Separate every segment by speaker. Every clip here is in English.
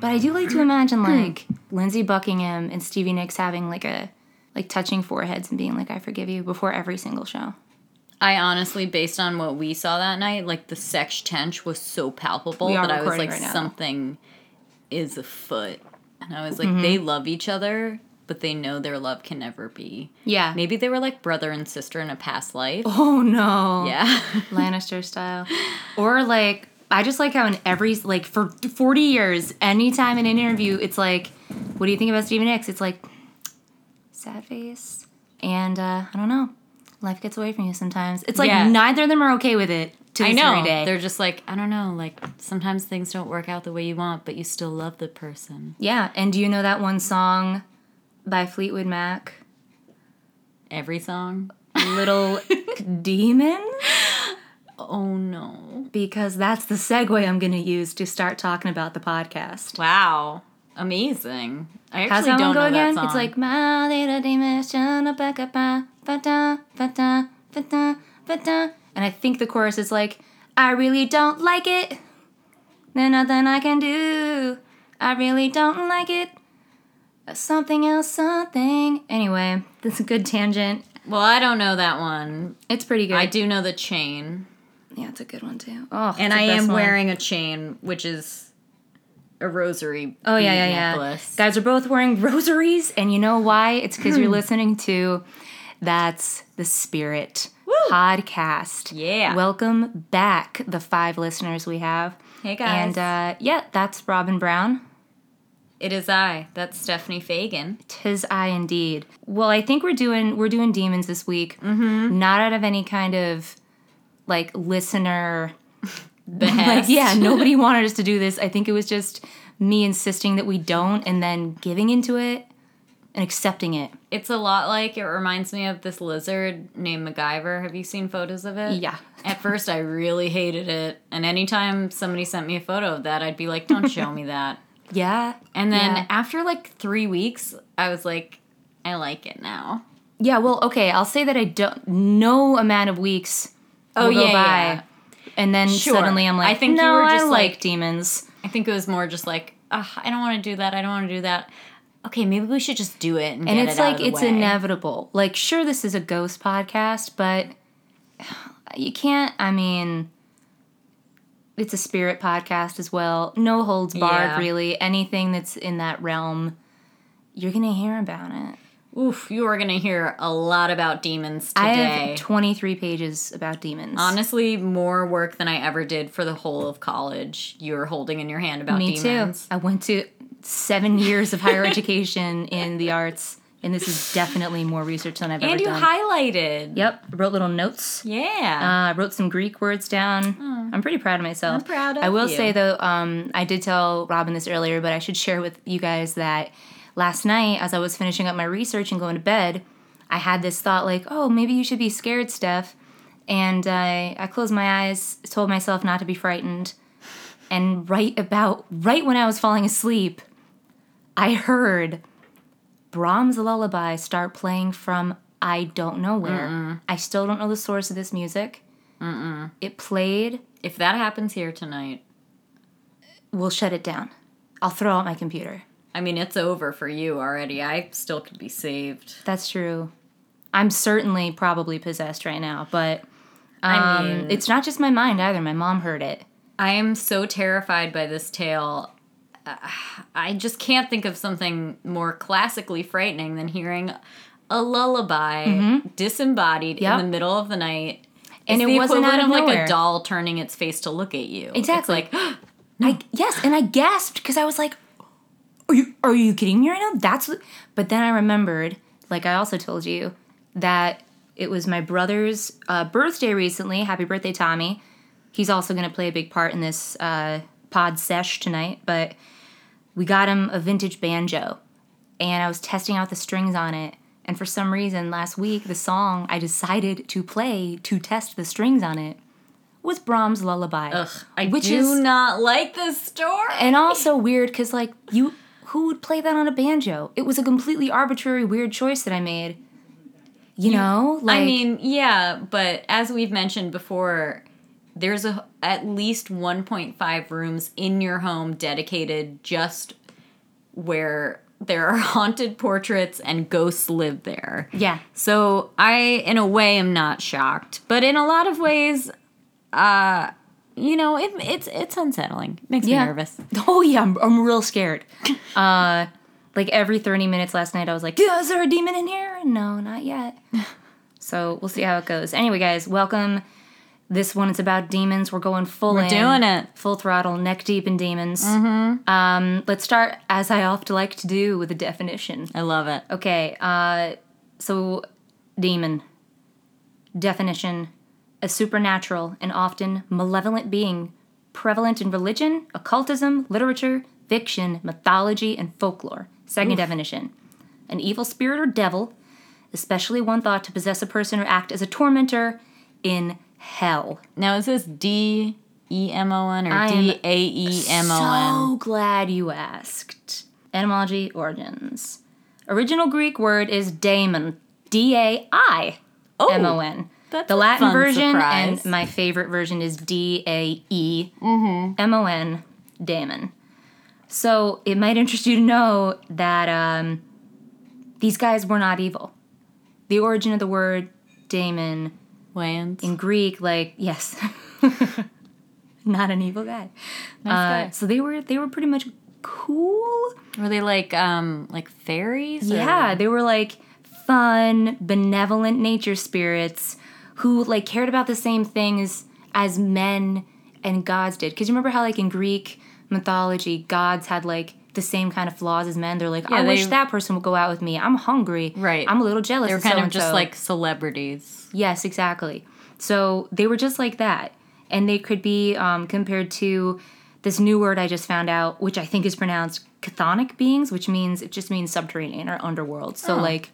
Speaker 1: But I do like
Speaker 2: Mm-hmm.
Speaker 1: to imagine
Speaker 2: Hmm.
Speaker 1: like Lindsey Buckingham and Stevie Nicks having like a like touching foreheads and being like I forgive you before every single show.
Speaker 2: I honestly, based on what we saw that night, like the sex tench was so palpable
Speaker 1: We are
Speaker 2: that I was
Speaker 1: recording
Speaker 2: like,
Speaker 1: right now.
Speaker 2: something is afoot. And I was like,
Speaker 1: Mm-hmm.
Speaker 2: they love each other, but they know their love can never be.
Speaker 1: Yeah.
Speaker 2: Maybe they were like brother and sister in a past life.
Speaker 1: Oh no.
Speaker 2: Yeah.
Speaker 1: Lannister style. Or like I just like how in every like for 40 years anytime in an interview it's like what do you think about Stevie Nicks? It's like sad face and uh I don't know. Life gets away from you sometimes. It's like
Speaker 2: Yeah.
Speaker 1: neither of them are okay with it to
Speaker 2: I
Speaker 1: this
Speaker 2: know.
Speaker 1: very day.
Speaker 2: They're just like, I don't know, like sometimes things don't work out the way you want, but you still love the person.
Speaker 1: yeah, and do you know that one song by Fleetwood Mac?
Speaker 2: Every song.
Speaker 1: Little Demon?
Speaker 2: Oh no.
Speaker 1: Because that's the segue I'm going to use to start talking about the podcast.
Speaker 2: Wow. Amazing. I
Speaker 1: How's
Speaker 2: actually
Speaker 1: that one
Speaker 2: don't
Speaker 1: go
Speaker 2: know
Speaker 1: again?
Speaker 2: that song.
Speaker 1: It's like my little demon shana baka ba ba da ba da ba da ba da, and I think the chorus is like, I really don't like it. There's nothing I can do. I really don't like it. Something else, something. Anyway, that's a good tangent.
Speaker 2: Well, I don't know that one.
Speaker 1: It's pretty good.
Speaker 2: I do know the chain.
Speaker 1: Yeah, it's a good one too. Oh,
Speaker 2: And
Speaker 1: it's the
Speaker 2: I am
Speaker 1: best one.
Speaker 2: wearing a chain, which is a rosary.
Speaker 1: Oh yeah,
Speaker 2: bead
Speaker 1: yeah, yeah.
Speaker 2: necklace.
Speaker 1: Guys are both wearing rosaries, and you know why? It's because you're listening to that's the spirit podcast.
Speaker 2: Yeah.
Speaker 1: Welcome back, the five listeners we have.
Speaker 2: Hey, guys.
Speaker 1: And uh, yeah, that's Robin Brown.
Speaker 2: It is I. That's Stephanie Fagan.
Speaker 1: Tis I indeed. Well, I think we're doing we're doing demons this week. Mm-hmm. Not out of any kind of like listener
Speaker 2: Behest.
Speaker 1: Like, yeah, nobody wanted us to do this. I think it was just me insisting that we don't and then giving into it and accepting it.
Speaker 2: It's a lot like it reminds me of this lizard named MacGyver. Have you seen photos of it?
Speaker 1: Yeah.
Speaker 2: At first, I really hated it, and anytime somebody sent me a photo of that, I'd be like, "Don't show me that."
Speaker 1: Yeah.
Speaker 2: And then
Speaker 1: Yeah.
Speaker 2: after like three weeks, I was like, "I like it now."
Speaker 1: Yeah, well, okay, I'll say that I don't no amount of weeks
Speaker 2: Oh,
Speaker 1: will go
Speaker 2: yeah,
Speaker 1: by.
Speaker 2: yeah.
Speaker 1: And then
Speaker 2: Sure.
Speaker 1: suddenly I'm like,
Speaker 2: I think you
Speaker 1: no,
Speaker 2: were just
Speaker 1: I
Speaker 2: like-
Speaker 1: like demons.
Speaker 2: I think it was more just like, Ugh, I don't want to do that. I don't want to do that. Okay, maybe we should just do it. And,
Speaker 1: And
Speaker 2: get
Speaker 1: it's
Speaker 2: it out
Speaker 1: like
Speaker 2: of the
Speaker 1: it's
Speaker 2: way.
Speaker 1: inevitable. Like, sure this is a ghost podcast, but you can't I mean it's a spirit podcast as well. No holds barred
Speaker 2: Yeah.
Speaker 1: really. Anything that's in that realm, you're gonna hear about it.
Speaker 2: Oof, you are gonna hear a lot about demons
Speaker 1: I
Speaker 2: today.
Speaker 1: have twenty three pages about demons.
Speaker 2: Honestly, more work than I ever did for the whole of college. You're holding in your hand about
Speaker 1: Me
Speaker 2: demons.
Speaker 1: too. I went to seven years of higher education in the arts, and this is definitely more research than I've
Speaker 2: And
Speaker 1: ever
Speaker 2: you
Speaker 1: done.
Speaker 2: highlighted.
Speaker 1: yep, I wrote little notes.
Speaker 2: Yeah.
Speaker 1: Uh, I wrote some Greek words down. I'm pretty proud of myself.
Speaker 2: I'm proud of
Speaker 1: I will
Speaker 2: you.
Speaker 1: say though, um, I did tell Robin this earlier, but I should share with you guys that last night, as I was finishing up my research and going to bed, I had this thought like, "Oh, maybe you should be scared, Steph." And I, I closed my eyes, told myself not to be frightened, and right about right when I was falling asleep, I heard Brahms' lullaby start playing from I don't know where. I still don't know the source of this music. It played.
Speaker 2: if that happens here tonight,
Speaker 1: We'll shut it down. I'll throw out my computer.
Speaker 2: I mean, it's over for you already. I still could be saved.
Speaker 1: That's true. I'm certainly probably possessed right now, but
Speaker 2: I
Speaker 1: um,
Speaker 2: mean,
Speaker 1: it's not just my mind either. My mom heard it.
Speaker 2: I am so terrified by this tale. Uh, I just can't think of something more classically frightening than hearing a lullaby disembodied
Speaker 1: Mm-hmm. Yep.
Speaker 2: in the middle of the night.
Speaker 1: And
Speaker 2: It's
Speaker 1: it
Speaker 2: the
Speaker 1: wasn't out of
Speaker 2: equivalent of like
Speaker 1: nowhere.
Speaker 2: a doll turning its face to look at you. It's
Speaker 1: Exactly.
Speaker 2: like
Speaker 1: I yes, and I gasped because I was like, "Are you are you kidding me right now?" That's what, but then I remembered, like I also told you, that it was my brother's uh, birthday recently. Happy birthday, Tommy! He's also going to play a big part in this uh, pod sesh tonight. But we got him a vintage banjo, and I was testing out the strings on it. And for some reason, last week the song I decided to play to test the strings on it was Brahms' Lullaby.
Speaker 2: ugh, I
Speaker 1: Which
Speaker 2: do
Speaker 1: is-
Speaker 2: not like this story.
Speaker 1: and also weird because like you who would play that on a banjo it was a completely arbitrary weird choice that i made you, know like
Speaker 2: I mean, yeah, but as we've mentioned before, there's a, at least 1.5 rooms in your home dedicated just where there are haunted portraits and ghosts live there.
Speaker 1: Yeah.
Speaker 2: So I, in a way, am not shocked, but in a lot of ways, uh, you know, it, it's it's unsettling. Makes
Speaker 1: Yeah.
Speaker 2: me nervous.
Speaker 1: Oh yeah, I'm, I'm real scared. uh, like every 30 minutes last night, I was like, "Yeah, "Is there a demon in here?" No, not yet. so we'll see how it goes. Anyway, guys, welcome. This one is about demons. We're going full.
Speaker 2: We're
Speaker 1: in,
Speaker 2: doing Mm-hmm. it.
Speaker 1: full throttle, neck deep in demons. Um, let's start as I oft like to do with a definition.
Speaker 2: I love it.
Speaker 1: Okay, uh, so demon. Definition a supernatural and often malevolent being prevalent in religion, occultism, literature, fiction, mythology, and folklore. Second definition an evil spirit or devil, especially one thought to possess a person or act as a tormentor in hell.
Speaker 2: Now is this D E M O N
Speaker 1: I
Speaker 2: or
Speaker 1: am
Speaker 2: D A E M O
Speaker 1: So glad you asked. Etymology, origins. Original Greek word is daemon. D A I
Speaker 2: N?
Speaker 1: M O N.
Speaker 2: that's
Speaker 1: The
Speaker 2: a
Speaker 1: Latin
Speaker 2: Oh. fun
Speaker 1: version
Speaker 2: surprise.
Speaker 1: and my favorite version is D A E
Speaker 2: Mm-hmm.
Speaker 1: M O N, daemon. So it might interest you to know that um, these guys were not evil. The origin of the word daemon
Speaker 2: Wayans.
Speaker 1: in Greek, like yes, not an evil guy.
Speaker 2: Nice
Speaker 1: Uh,
Speaker 2: guy.
Speaker 1: so they were they were pretty much cool.
Speaker 2: Were they like um like fairies? or-
Speaker 1: Yeah, they were like fun, benevolent nature spirits who like cared about the same things as men and gods did. Because you remember how like in Greek mythology, gods had like the same kind of flaws as men. They're like, I
Speaker 2: Yeah,
Speaker 1: wish
Speaker 2: they-
Speaker 1: that person would go out with me. I'm hungry.
Speaker 2: Right.
Speaker 1: I'm a little jealous.
Speaker 2: They were
Speaker 1: of
Speaker 2: kind of just
Speaker 1: so-and-so."
Speaker 2: like celebrities.
Speaker 1: Yes, exactly. So they were just like that. And they could be um, compared to this new word I just found out, which I think is pronounced chthonic beings, which means it just means subterranean or underworld. So,
Speaker 2: Oh.
Speaker 1: like,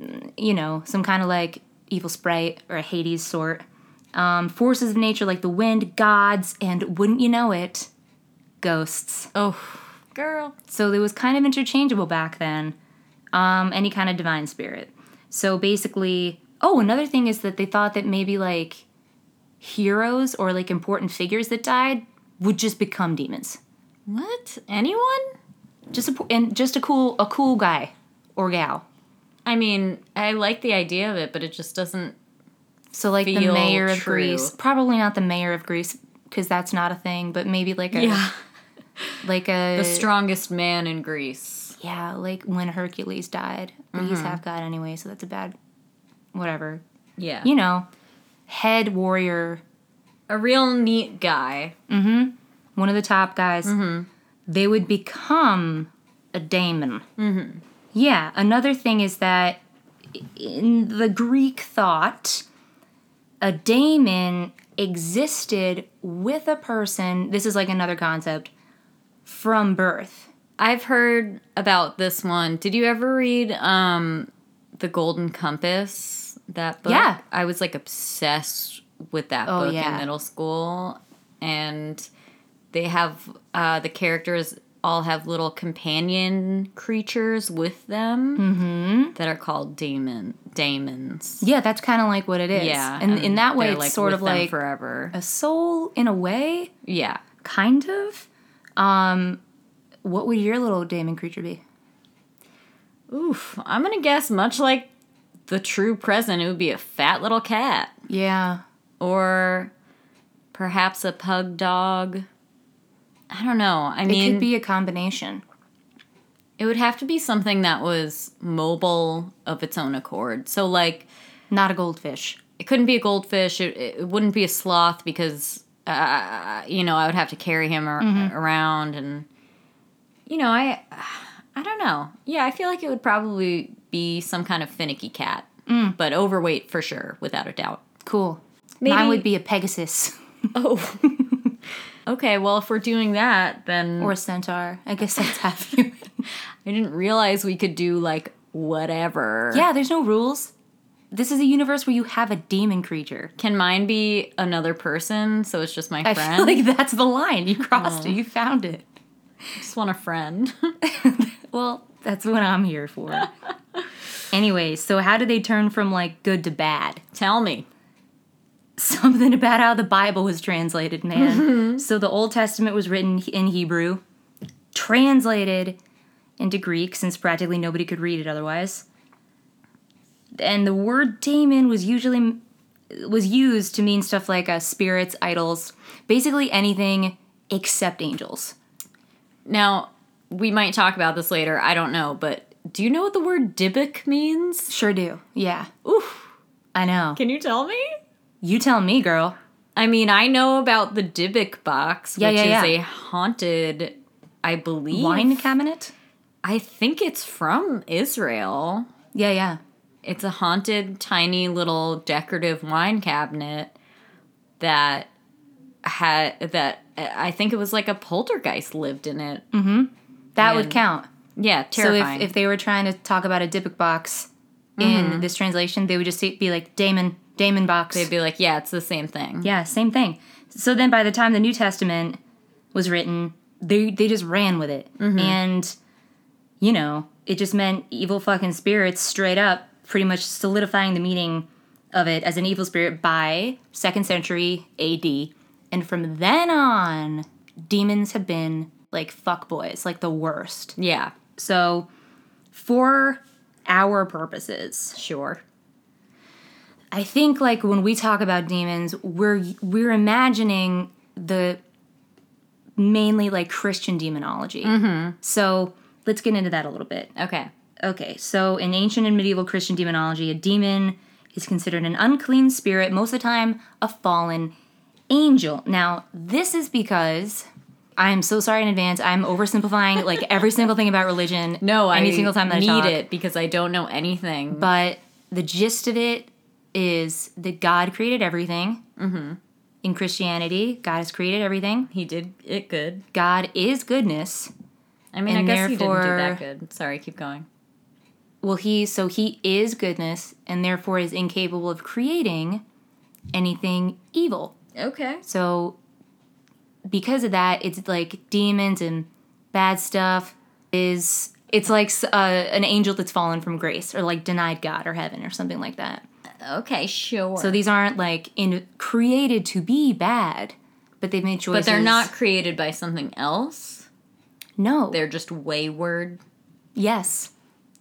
Speaker 1: mm, you know, some kind of like evil sprite or a Hades sort. Um, forces of nature like the wind, gods, and wouldn't you know it, ghosts.
Speaker 2: Oh, girl.
Speaker 1: So it was kind of interchangeable back then. Um, any kind of divine spirit. So basically, oh, another thing is that they thought that maybe like heroes or like important figures that died would just become demons.
Speaker 2: What? Anyone?
Speaker 1: Just a po- and just a cool a cool guy or gal.
Speaker 2: I mean, I like the idea of it, but it just doesn't.
Speaker 1: So like the
Speaker 2: Feel
Speaker 1: mayor of
Speaker 2: true.
Speaker 1: Greece, probably not the mayor of Greece because that's not a thing, but maybe like a like a
Speaker 2: The strongest man in Greece.
Speaker 1: yeah, like when Hercules died, but he's
Speaker 2: Mm-hmm.
Speaker 1: half god anyway, so that's a bad whatever
Speaker 2: Yeah.
Speaker 1: you know, head warrior,
Speaker 2: A real neat guy.
Speaker 1: one of the top guys,
Speaker 2: Mm-hmm.
Speaker 1: they would become a daemon. Mm-hmm. Yeah. Another thing is that in the Greek thought, a daemon existed with a person. This is like another concept from birth.
Speaker 2: I've heard about this one. Did you ever read um The Golden Compass? That book?
Speaker 1: Yeah.
Speaker 2: I was like obsessed with that
Speaker 1: Oh,
Speaker 2: book
Speaker 1: yeah.
Speaker 2: in middle school. And they have uh the characters all have little companion creatures with them
Speaker 1: Mm-hmm.
Speaker 2: that are called daemon daemons.
Speaker 1: Yeah, that's kind of like what it is.
Speaker 2: Yeah,
Speaker 1: And in that way,
Speaker 2: they're,
Speaker 1: it's sort of
Speaker 2: with them
Speaker 1: like
Speaker 2: forever.
Speaker 1: a soul in a way,
Speaker 2: Yeah,
Speaker 1: kind of. Um, what would your little daemon creature be?
Speaker 2: oof. I'm gonna guess much like the true present, it would be a fat little cat
Speaker 1: Yeah.
Speaker 2: or perhaps a pug dog. I don't know. I
Speaker 1: It
Speaker 2: mean,
Speaker 1: could be a combination.
Speaker 2: it would have to be something that was mobile of its own accord. So like,
Speaker 1: Not a goldfish.
Speaker 2: it couldn't be a goldfish. It, it wouldn't be a sloth because uh, you know I would have to carry him ar-
Speaker 1: Mm-hmm.
Speaker 2: around, and you know I I don't know. Yeah, I feel like it would probably be some kind of finicky cat,
Speaker 1: Mm.
Speaker 2: but overweight for sure, without a doubt.
Speaker 1: Cool. Mine
Speaker 2: Maybe-
Speaker 1: would be a pegasus
Speaker 2: Oh. okay. Well, if we're doing that, then
Speaker 1: or a centaur. I guess that's half human.
Speaker 2: I didn't realize we could do like whatever.
Speaker 1: yeah, there's no rules. This is a universe where you have a demon creature.
Speaker 2: Can mine be another person? So it's just my
Speaker 1: I feel
Speaker 2: friend.
Speaker 1: like that's the line. You crossed it. You found it.
Speaker 2: I just want a friend.
Speaker 1: Well, that's what I'm here for. anyway, so how do they turn from like good to bad?
Speaker 2: Tell me.
Speaker 1: something about how the Bible was translated, man. So the Old Testament was written in Hebrew, translated into Greek since practically nobody could read it otherwise. And the word daemon was usually was used to mean stuff like uh, spirits, idols, basically anything except angels.
Speaker 2: Now, we might talk about this later. I don't know, but do you know what the word dibbick means?
Speaker 1: Sure do. Yeah.
Speaker 2: Oof.
Speaker 1: I know.
Speaker 2: Can you tell me?
Speaker 1: You tell me, girl.
Speaker 2: I mean, I know about the Dybbuk box,
Speaker 1: Yeah,
Speaker 2: which
Speaker 1: yeah,
Speaker 2: is
Speaker 1: yeah.
Speaker 2: a haunted, I believe.
Speaker 1: Wine cabinet?
Speaker 2: I think it's from Israel.
Speaker 1: Yeah, yeah.
Speaker 2: It's a haunted, tiny little decorative wine cabinet that had that I think it was like a poltergeist lived in it.
Speaker 1: That would
Speaker 2: And
Speaker 1: count.
Speaker 2: Yeah, terrifying.
Speaker 1: Mm.
Speaker 2: Mm-hmm.
Speaker 1: So if, if they were trying to talk about a Dybbuk box in this translation, they would just say, be like Damon, Damon box.
Speaker 2: They'd be like, yeah, it's the same thing.
Speaker 1: yeah, same thing. So then by the time the New Testament was written, they they just ran with it.
Speaker 2: Mm-hmm.
Speaker 1: And you know, it just meant evil fucking spirits straight up, pretty much solidifying the meaning of it as an evil spirit by second century AD. And from then on, demons have been like fuckboys, like the worst.
Speaker 2: Yeah,
Speaker 1: So, for our purposes,
Speaker 2: sure.
Speaker 1: I think like when we talk about demons, we're we're imagining the mainly like Christian demonology. So let's get into that a little bit.
Speaker 2: Okay.
Speaker 1: Okay, so in ancient and medieval Christian demonology, a demon is considered an unclean spirit, most of the time a fallen angel. Now, this is because I'm so sorry in advance. I'm oversimplifying like every single thing about religion.
Speaker 2: No,
Speaker 1: any
Speaker 2: I
Speaker 1: single time that
Speaker 2: need
Speaker 1: I talk.
Speaker 2: it because I don't know anything.
Speaker 1: But the gist of it is that God created everything. Mm-hmm. In Christianity, God has created everything.
Speaker 2: he did it good.
Speaker 1: God is goodness.
Speaker 2: I mean,
Speaker 1: And
Speaker 2: I guess he didn't do
Speaker 1: therefore-
Speaker 2: that good. Sorry, keep going.
Speaker 1: Well, he so he is goodness and therefore is incapable of creating anything evil.
Speaker 2: Okay.
Speaker 1: So because of that, it's like demons and bad stuff is it's like s- uh, an angel that's fallen from grace or like denied God or heaven or something like that.
Speaker 2: Okay, sure.
Speaker 1: So these aren't like in created to be bad, but they've made choices.
Speaker 2: but they're not created by something else.
Speaker 1: No.
Speaker 2: They're just wayward.
Speaker 1: yes.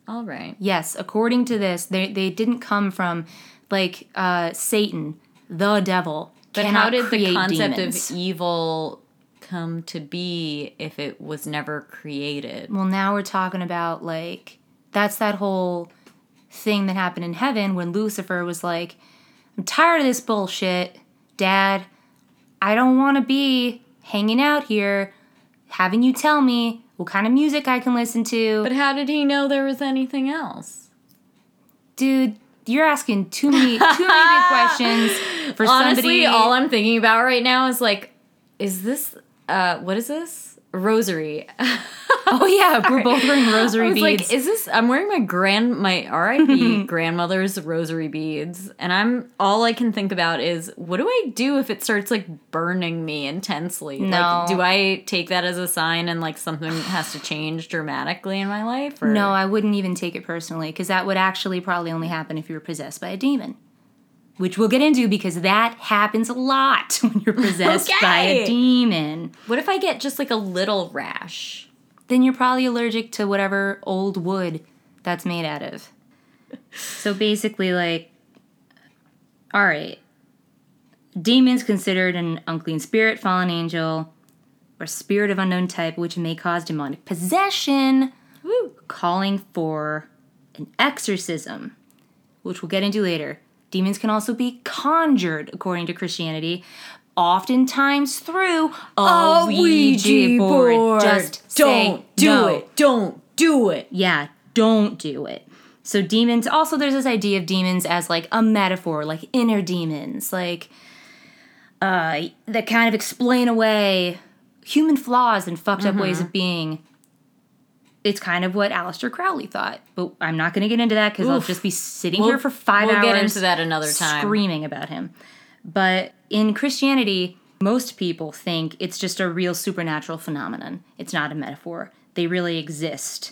Speaker 2: All right.
Speaker 1: Yes. According to this, they they didn't come from like uh, Satan, the devil.
Speaker 2: But
Speaker 1: cannot
Speaker 2: how did the
Speaker 1: create
Speaker 2: concept
Speaker 1: demons.
Speaker 2: of evil come to be if it was never created?
Speaker 1: Well, now we're talking about like that's that whole thing that happened in heaven when Lucifer was like, "I'm tired of this bullshit, Dad. I don't want to be hanging out here, having you tell me what kind of music I can listen to."
Speaker 2: But how did he know there was anything else?
Speaker 1: Dude, you're asking too many too many big questions for
Speaker 2: Honestly,
Speaker 1: somebody.
Speaker 2: all I'm thinking about right now is like, is this, uh, what is this? Rosary.
Speaker 1: oh yeah, we're both wearing rosary
Speaker 2: I was
Speaker 1: beads.
Speaker 2: like, is this? I'm wearing my grand, my RIP grandmother's rosary beads, and I'm all I can think about is what do I do if it starts like burning me intensely?
Speaker 1: No.
Speaker 2: Like, do I take that as a sign and like something has to change dramatically in my life? Or
Speaker 1: No, I wouldn't even take it personally because that would actually probably only happen if you were possessed by a demon, which we'll get into because that happens a lot when you're possessed by a
Speaker 2: Okay.
Speaker 1: demon.
Speaker 2: What if I get just like a little rash?
Speaker 1: Then you're probably allergic to whatever old wood that's made out of. So basically, like, all right, demons considered an unclean spirit, fallen angel, or spirit of unknown type, which may cause demonic possession.
Speaker 2: Woo.
Speaker 1: calling for an exorcism, which we'll get into later. Demons can also be conjured, according to Christianity, oftentimes through a Ouija, board. Just say
Speaker 2: don't do
Speaker 1: no.
Speaker 2: it. Don't do it.
Speaker 1: Yeah, don't do it. So demons. Also, there's this idea of demons as like a metaphor, like inner demons, like uh, that kind of explain away human flaws and fucked up
Speaker 2: Mm-hmm.
Speaker 1: ways of being. It's kind of what Aleister Crowley thought, but I'm not going to get into that because I'll
Speaker 2: Oof.
Speaker 1: just be sitting
Speaker 2: We'll-
Speaker 1: here for 5
Speaker 2: we'll
Speaker 1: hours
Speaker 2: get into that another time.
Speaker 1: screaming about him. But in Christianity, most people think it's just a real supernatural phenomenon. It's not a metaphor. They really exist.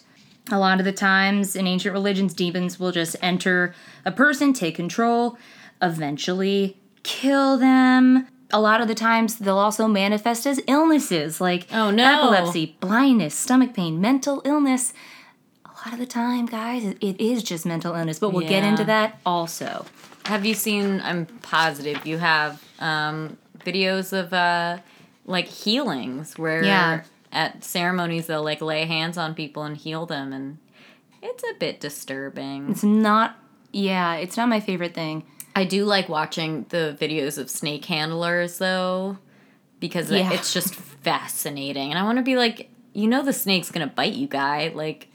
Speaker 1: A lot of the times in ancient religions, demons will just enter a person, take control, eventually kill them. A lot of the times, they'll also manifest as illnesses like
Speaker 2: Oh, no.
Speaker 1: epilepsy, blindness, stomach pain, mental illness. A lot of the time, guys, it- it is just mental illness, but we'll get
Speaker 2: Yeah.
Speaker 1: into that also.
Speaker 2: Have you seen? I'm positive you have um, videos of uh, like healings where
Speaker 1: Yeah.
Speaker 2: at ceremonies they'll like lay hands on people and heal them, and it's a bit disturbing.
Speaker 1: It's not, yeah, it's not my favorite thing.
Speaker 2: I do like watching the videos of snake handlers though, because
Speaker 1: Yeah.
Speaker 2: it's just fascinating, and I want to be like, you know, the snake's gonna bite you, guy. Like,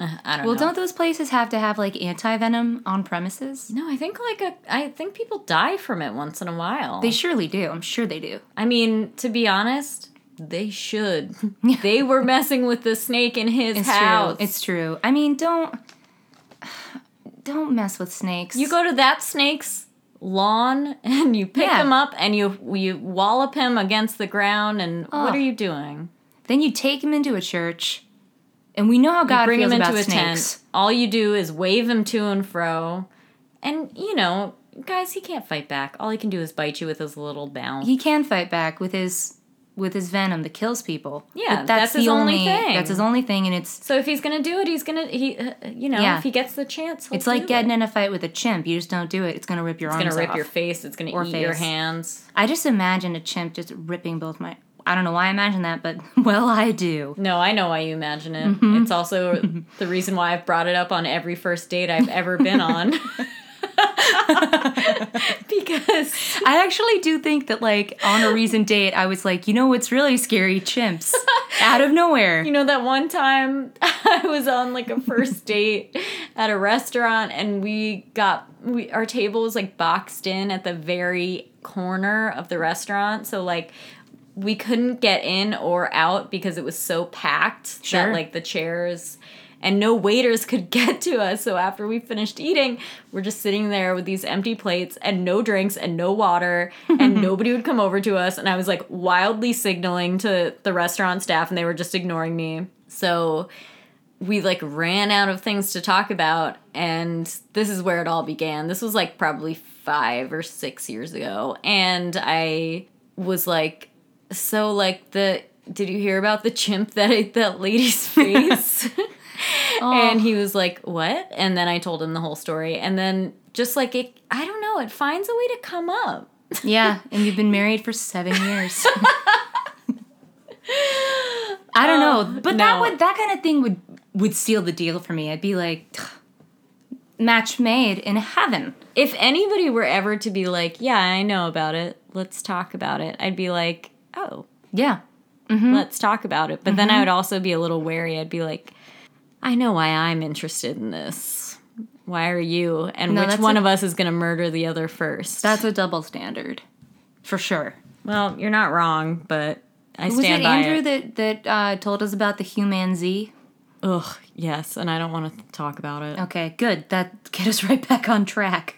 Speaker 2: uh, I don't
Speaker 1: Well,
Speaker 2: know.
Speaker 1: don't those places have to have like anti venom on premises?
Speaker 2: no, I think like a, I think people die from it once in a while.
Speaker 1: They surely do. I'm sure they do.
Speaker 2: I mean, to be honest, they should. they were messing with the snake in his
Speaker 1: It's
Speaker 2: house.
Speaker 1: true. It's true. I mean, don't don't mess with snakes.
Speaker 2: you go to that snake's lawn and you pick
Speaker 1: Yeah.
Speaker 2: him up and you you wallop him against the ground and what
Speaker 1: Ugh.
Speaker 2: are you doing?
Speaker 1: then you take him into a church, and we know how God
Speaker 2: Bring
Speaker 1: feels
Speaker 2: him into
Speaker 1: about
Speaker 2: a
Speaker 1: snakes.
Speaker 2: tent. All you do is wave him to and fro, and you know, guys, he can't fight back. All he can do is bite you with his little bounce.
Speaker 1: He can fight back with his with his venom that kills people.
Speaker 2: Yeah,
Speaker 1: But
Speaker 2: that's his only thing.
Speaker 1: That's his only thing, and it's
Speaker 2: so if he's gonna do it, he's gonna he uh, you know
Speaker 1: Yeah.
Speaker 2: if he gets the chance, he'll
Speaker 1: it's like
Speaker 2: do
Speaker 1: getting
Speaker 2: it.
Speaker 1: in a fight with a chimp. You just don't do it. It's gonna rip your
Speaker 2: It's
Speaker 1: arms.
Speaker 2: gonna rip
Speaker 1: off.
Speaker 2: your face. It's gonna
Speaker 1: Or
Speaker 2: eat your
Speaker 1: face.
Speaker 2: hands.
Speaker 1: I just imagine a chimp just ripping both my. I don't know why I imagine that, but well, I do.
Speaker 2: No, I know why you imagine it. It's also the reason why I've brought it up on every first date I've ever been on. because
Speaker 1: I actually do think that, like, on a recent date, I was like, you know what's really scary? Chimps. Out of nowhere.
Speaker 2: you know that one time I was on like a first date at a restaurant and we got we our table was like boxed in at the very corner of the restaurant. So like we couldn't get in or out because it was so packed that
Speaker 1: Sure.
Speaker 2: like the chairs and no waiters could get to us. So after we finished eating, we're just sitting there with these empty plates and no drinks and no water and nobody would come over to us and I was like wildly signaling to the restaurant staff and they were just ignoring me. So we like ran out of things to talk about and this is where it all began this was like probably five or six years ago and i was like so like the did you hear about the chimp that ate that lady's face and he was like what and then i told him the whole story and then just like it i don't know it finds a way to come up
Speaker 1: Yeah, and you've been married for seven years. I don't know, but that
Speaker 2: no.
Speaker 1: would that kind of thing would would seal the deal for me. I'd be like, "Tch, match made in heaven.
Speaker 2: if anybody were ever to be like yeah i know about it let's talk about it i'd be like oh
Speaker 1: Yeah, Mm-hmm.
Speaker 2: let's talk about it. But then I would also be a little wary. I'd be like, I know why I'm interested in this. Why are you? And
Speaker 1: No,
Speaker 2: which
Speaker 1: that's
Speaker 2: one
Speaker 1: a-
Speaker 2: of us is going to murder the other first?
Speaker 1: that's a double standard, for sure.
Speaker 2: well, you're not wrong, but I
Speaker 1: Was
Speaker 2: stand
Speaker 1: it
Speaker 2: by
Speaker 1: Andrew
Speaker 2: it.
Speaker 1: that that uh, told us about the human Z?
Speaker 2: Ugh, yes, and I don't want to talk about it.
Speaker 1: Okay, good. That get us right back on track.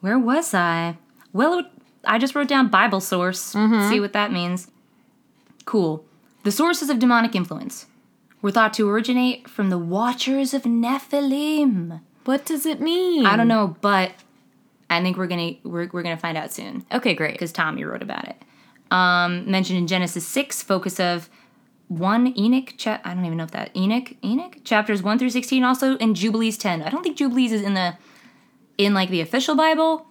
Speaker 1: Where was I? Well, it- I just wrote down Bible source. See what that means. Cool. The sources of demonic influence were thought to originate from the Watchers of Nephilim.
Speaker 2: What does it mean?
Speaker 1: I don't know, but I think we're gonna we're, we're gonna find out soon
Speaker 2: Okay, great.
Speaker 1: because Tommy wrote about it. Um, mentioned in Genesis 6, focus of 1 Enoch, cha- I don't even know if that, Enoch, Enoch? Chapters 1 through 16, also in Jubilees 10. I don't think Jubilees is in the, in like the official Bible.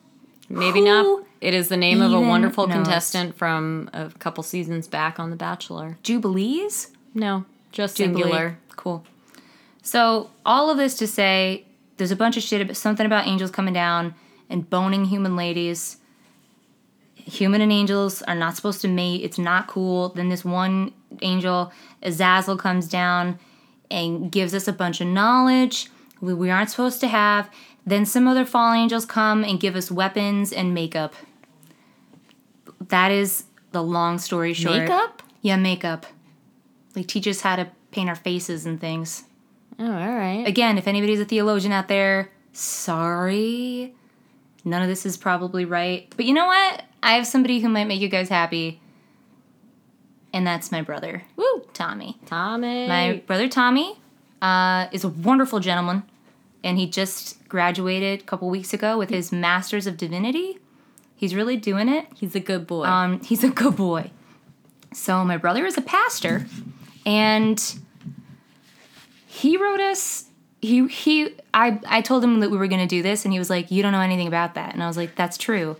Speaker 2: Maybe
Speaker 1: Who
Speaker 2: not. It is the name of a
Speaker 1: even
Speaker 2: wonderful
Speaker 1: knows?
Speaker 2: contestant from a couple seasons back on The Bachelor.
Speaker 1: Jubilees?
Speaker 2: No, just
Speaker 1: Jubilee.
Speaker 2: singular.
Speaker 1: Cool. So, all of this to say, there's a bunch of shit, about, something about angels coming down and boning human ladies. Human and angels are not supposed to mate. It's not cool. Then this one angel, Azazel, comes down and gives us a bunch of knowledge we, we aren't supposed to have. Then some other fallen angels come and give us weapons and makeup. That is the long story short.
Speaker 2: Makeup?
Speaker 1: Yeah, makeup. Like teach us how to paint our faces and things.
Speaker 2: Oh, all right.
Speaker 1: Again, if anybody's a theologian out there, sorry. None of this is probably right. But you know what? I have somebody who might make you guys happy. And that's my brother,
Speaker 2: Woo!
Speaker 1: Tommy.
Speaker 2: Tommy.
Speaker 1: My brother Tommy uh, is a wonderful gentleman, and he just graduated a couple weeks ago with his Master's of Divinity He's really doing it.
Speaker 2: He's a good boy.
Speaker 1: Um, he's a good boy. So my brother is a pastor, and he wrote us. He he. I I told him that we were going to do this, and he was like, "You don't know anything about that." And I was like, "That's true.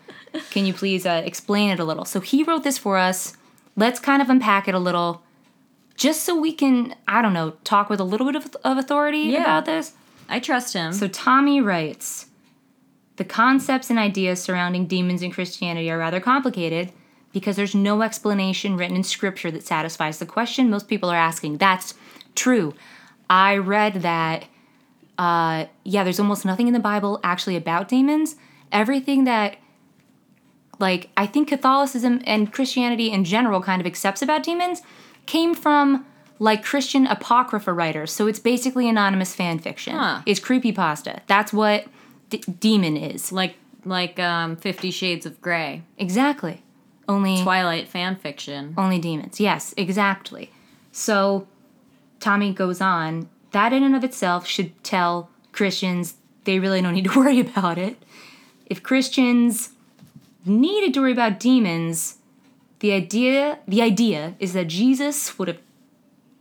Speaker 1: Can you please uh, explain it a little?" So he wrote this for us. Let's kind of unpack it a little, just so we can I don't know talk with a little bit of, of authority
Speaker 2: Yeah.
Speaker 1: about this.
Speaker 2: I trust him.
Speaker 1: So Tommy writes The concepts and ideas surrounding demons in Christianity are rather complicated because there's no explanation written in scripture that satisfies the question most people are asking. That's true. I read that, uh, yeah, there's almost nothing in the Bible actually about demons. Everything that like I think Catholicism and Christianity in general kind of accepts about demons came from like Christian apocrypha writers. So it's basically anonymous fan fiction.
Speaker 2: Huh.
Speaker 1: It's creepypasta. That's what d- demon is.
Speaker 2: like like um, Fifty Shades of Grey,
Speaker 1: Exactly. Only
Speaker 2: Twilight fan fiction.
Speaker 1: only demons. Yes, exactly. So Tommy goes on, that in and of itself should tell Christians they really don't need to worry about it. If Christians needed to worry about demons, the idea the idea is that Jesus would have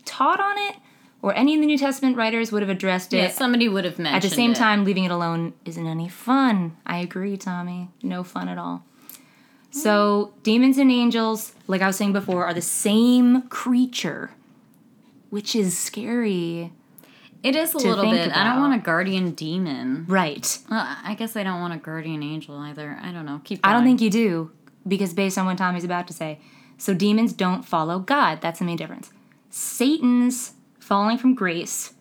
Speaker 1: taught on it or any of the New Testament writers would have addressed it.
Speaker 2: Yeah, somebody would have mentioned.
Speaker 1: At the same
Speaker 2: it.
Speaker 1: time, leaving it alone isn't any fun. I agree, Tommy. No fun at all. So, demons and angels, like I was saying before, are the same creature, which is scary.
Speaker 2: it is a little
Speaker 1: think
Speaker 2: bit. I don't
Speaker 1: about.
Speaker 2: want a guardian demon.
Speaker 1: Right.
Speaker 2: Well, I guess I don't want a guardian angel either. I don't know. Keep.
Speaker 1: I don't
Speaker 2: going.
Speaker 1: think you do, because based on what Tommy's about to say. So, demons don't follow God. That's the main difference. Satan's falling from grace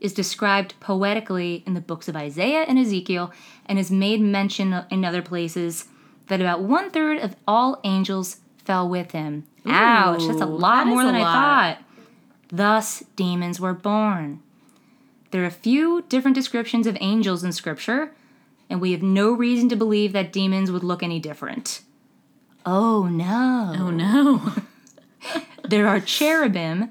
Speaker 1: is described poetically in the books of Isaiah and Ezekiel and is made mention in other places that about one third of all angels fell with him. Ouch, that's a
Speaker 2: Ooh,
Speaker 1: lot
Speaker 2: that
Speaker 1: more
Speaker 2: is a
Speaker 1: than
Speaker 2: lot.
Speaker 1: I thought. Thus, demons were born. There are a few different descriptions of angels in Scripture, and we have no reason to believe that demons would look any different. Oh no.
Speaker 2: Oh no.
Speaker 1: There are cherubim,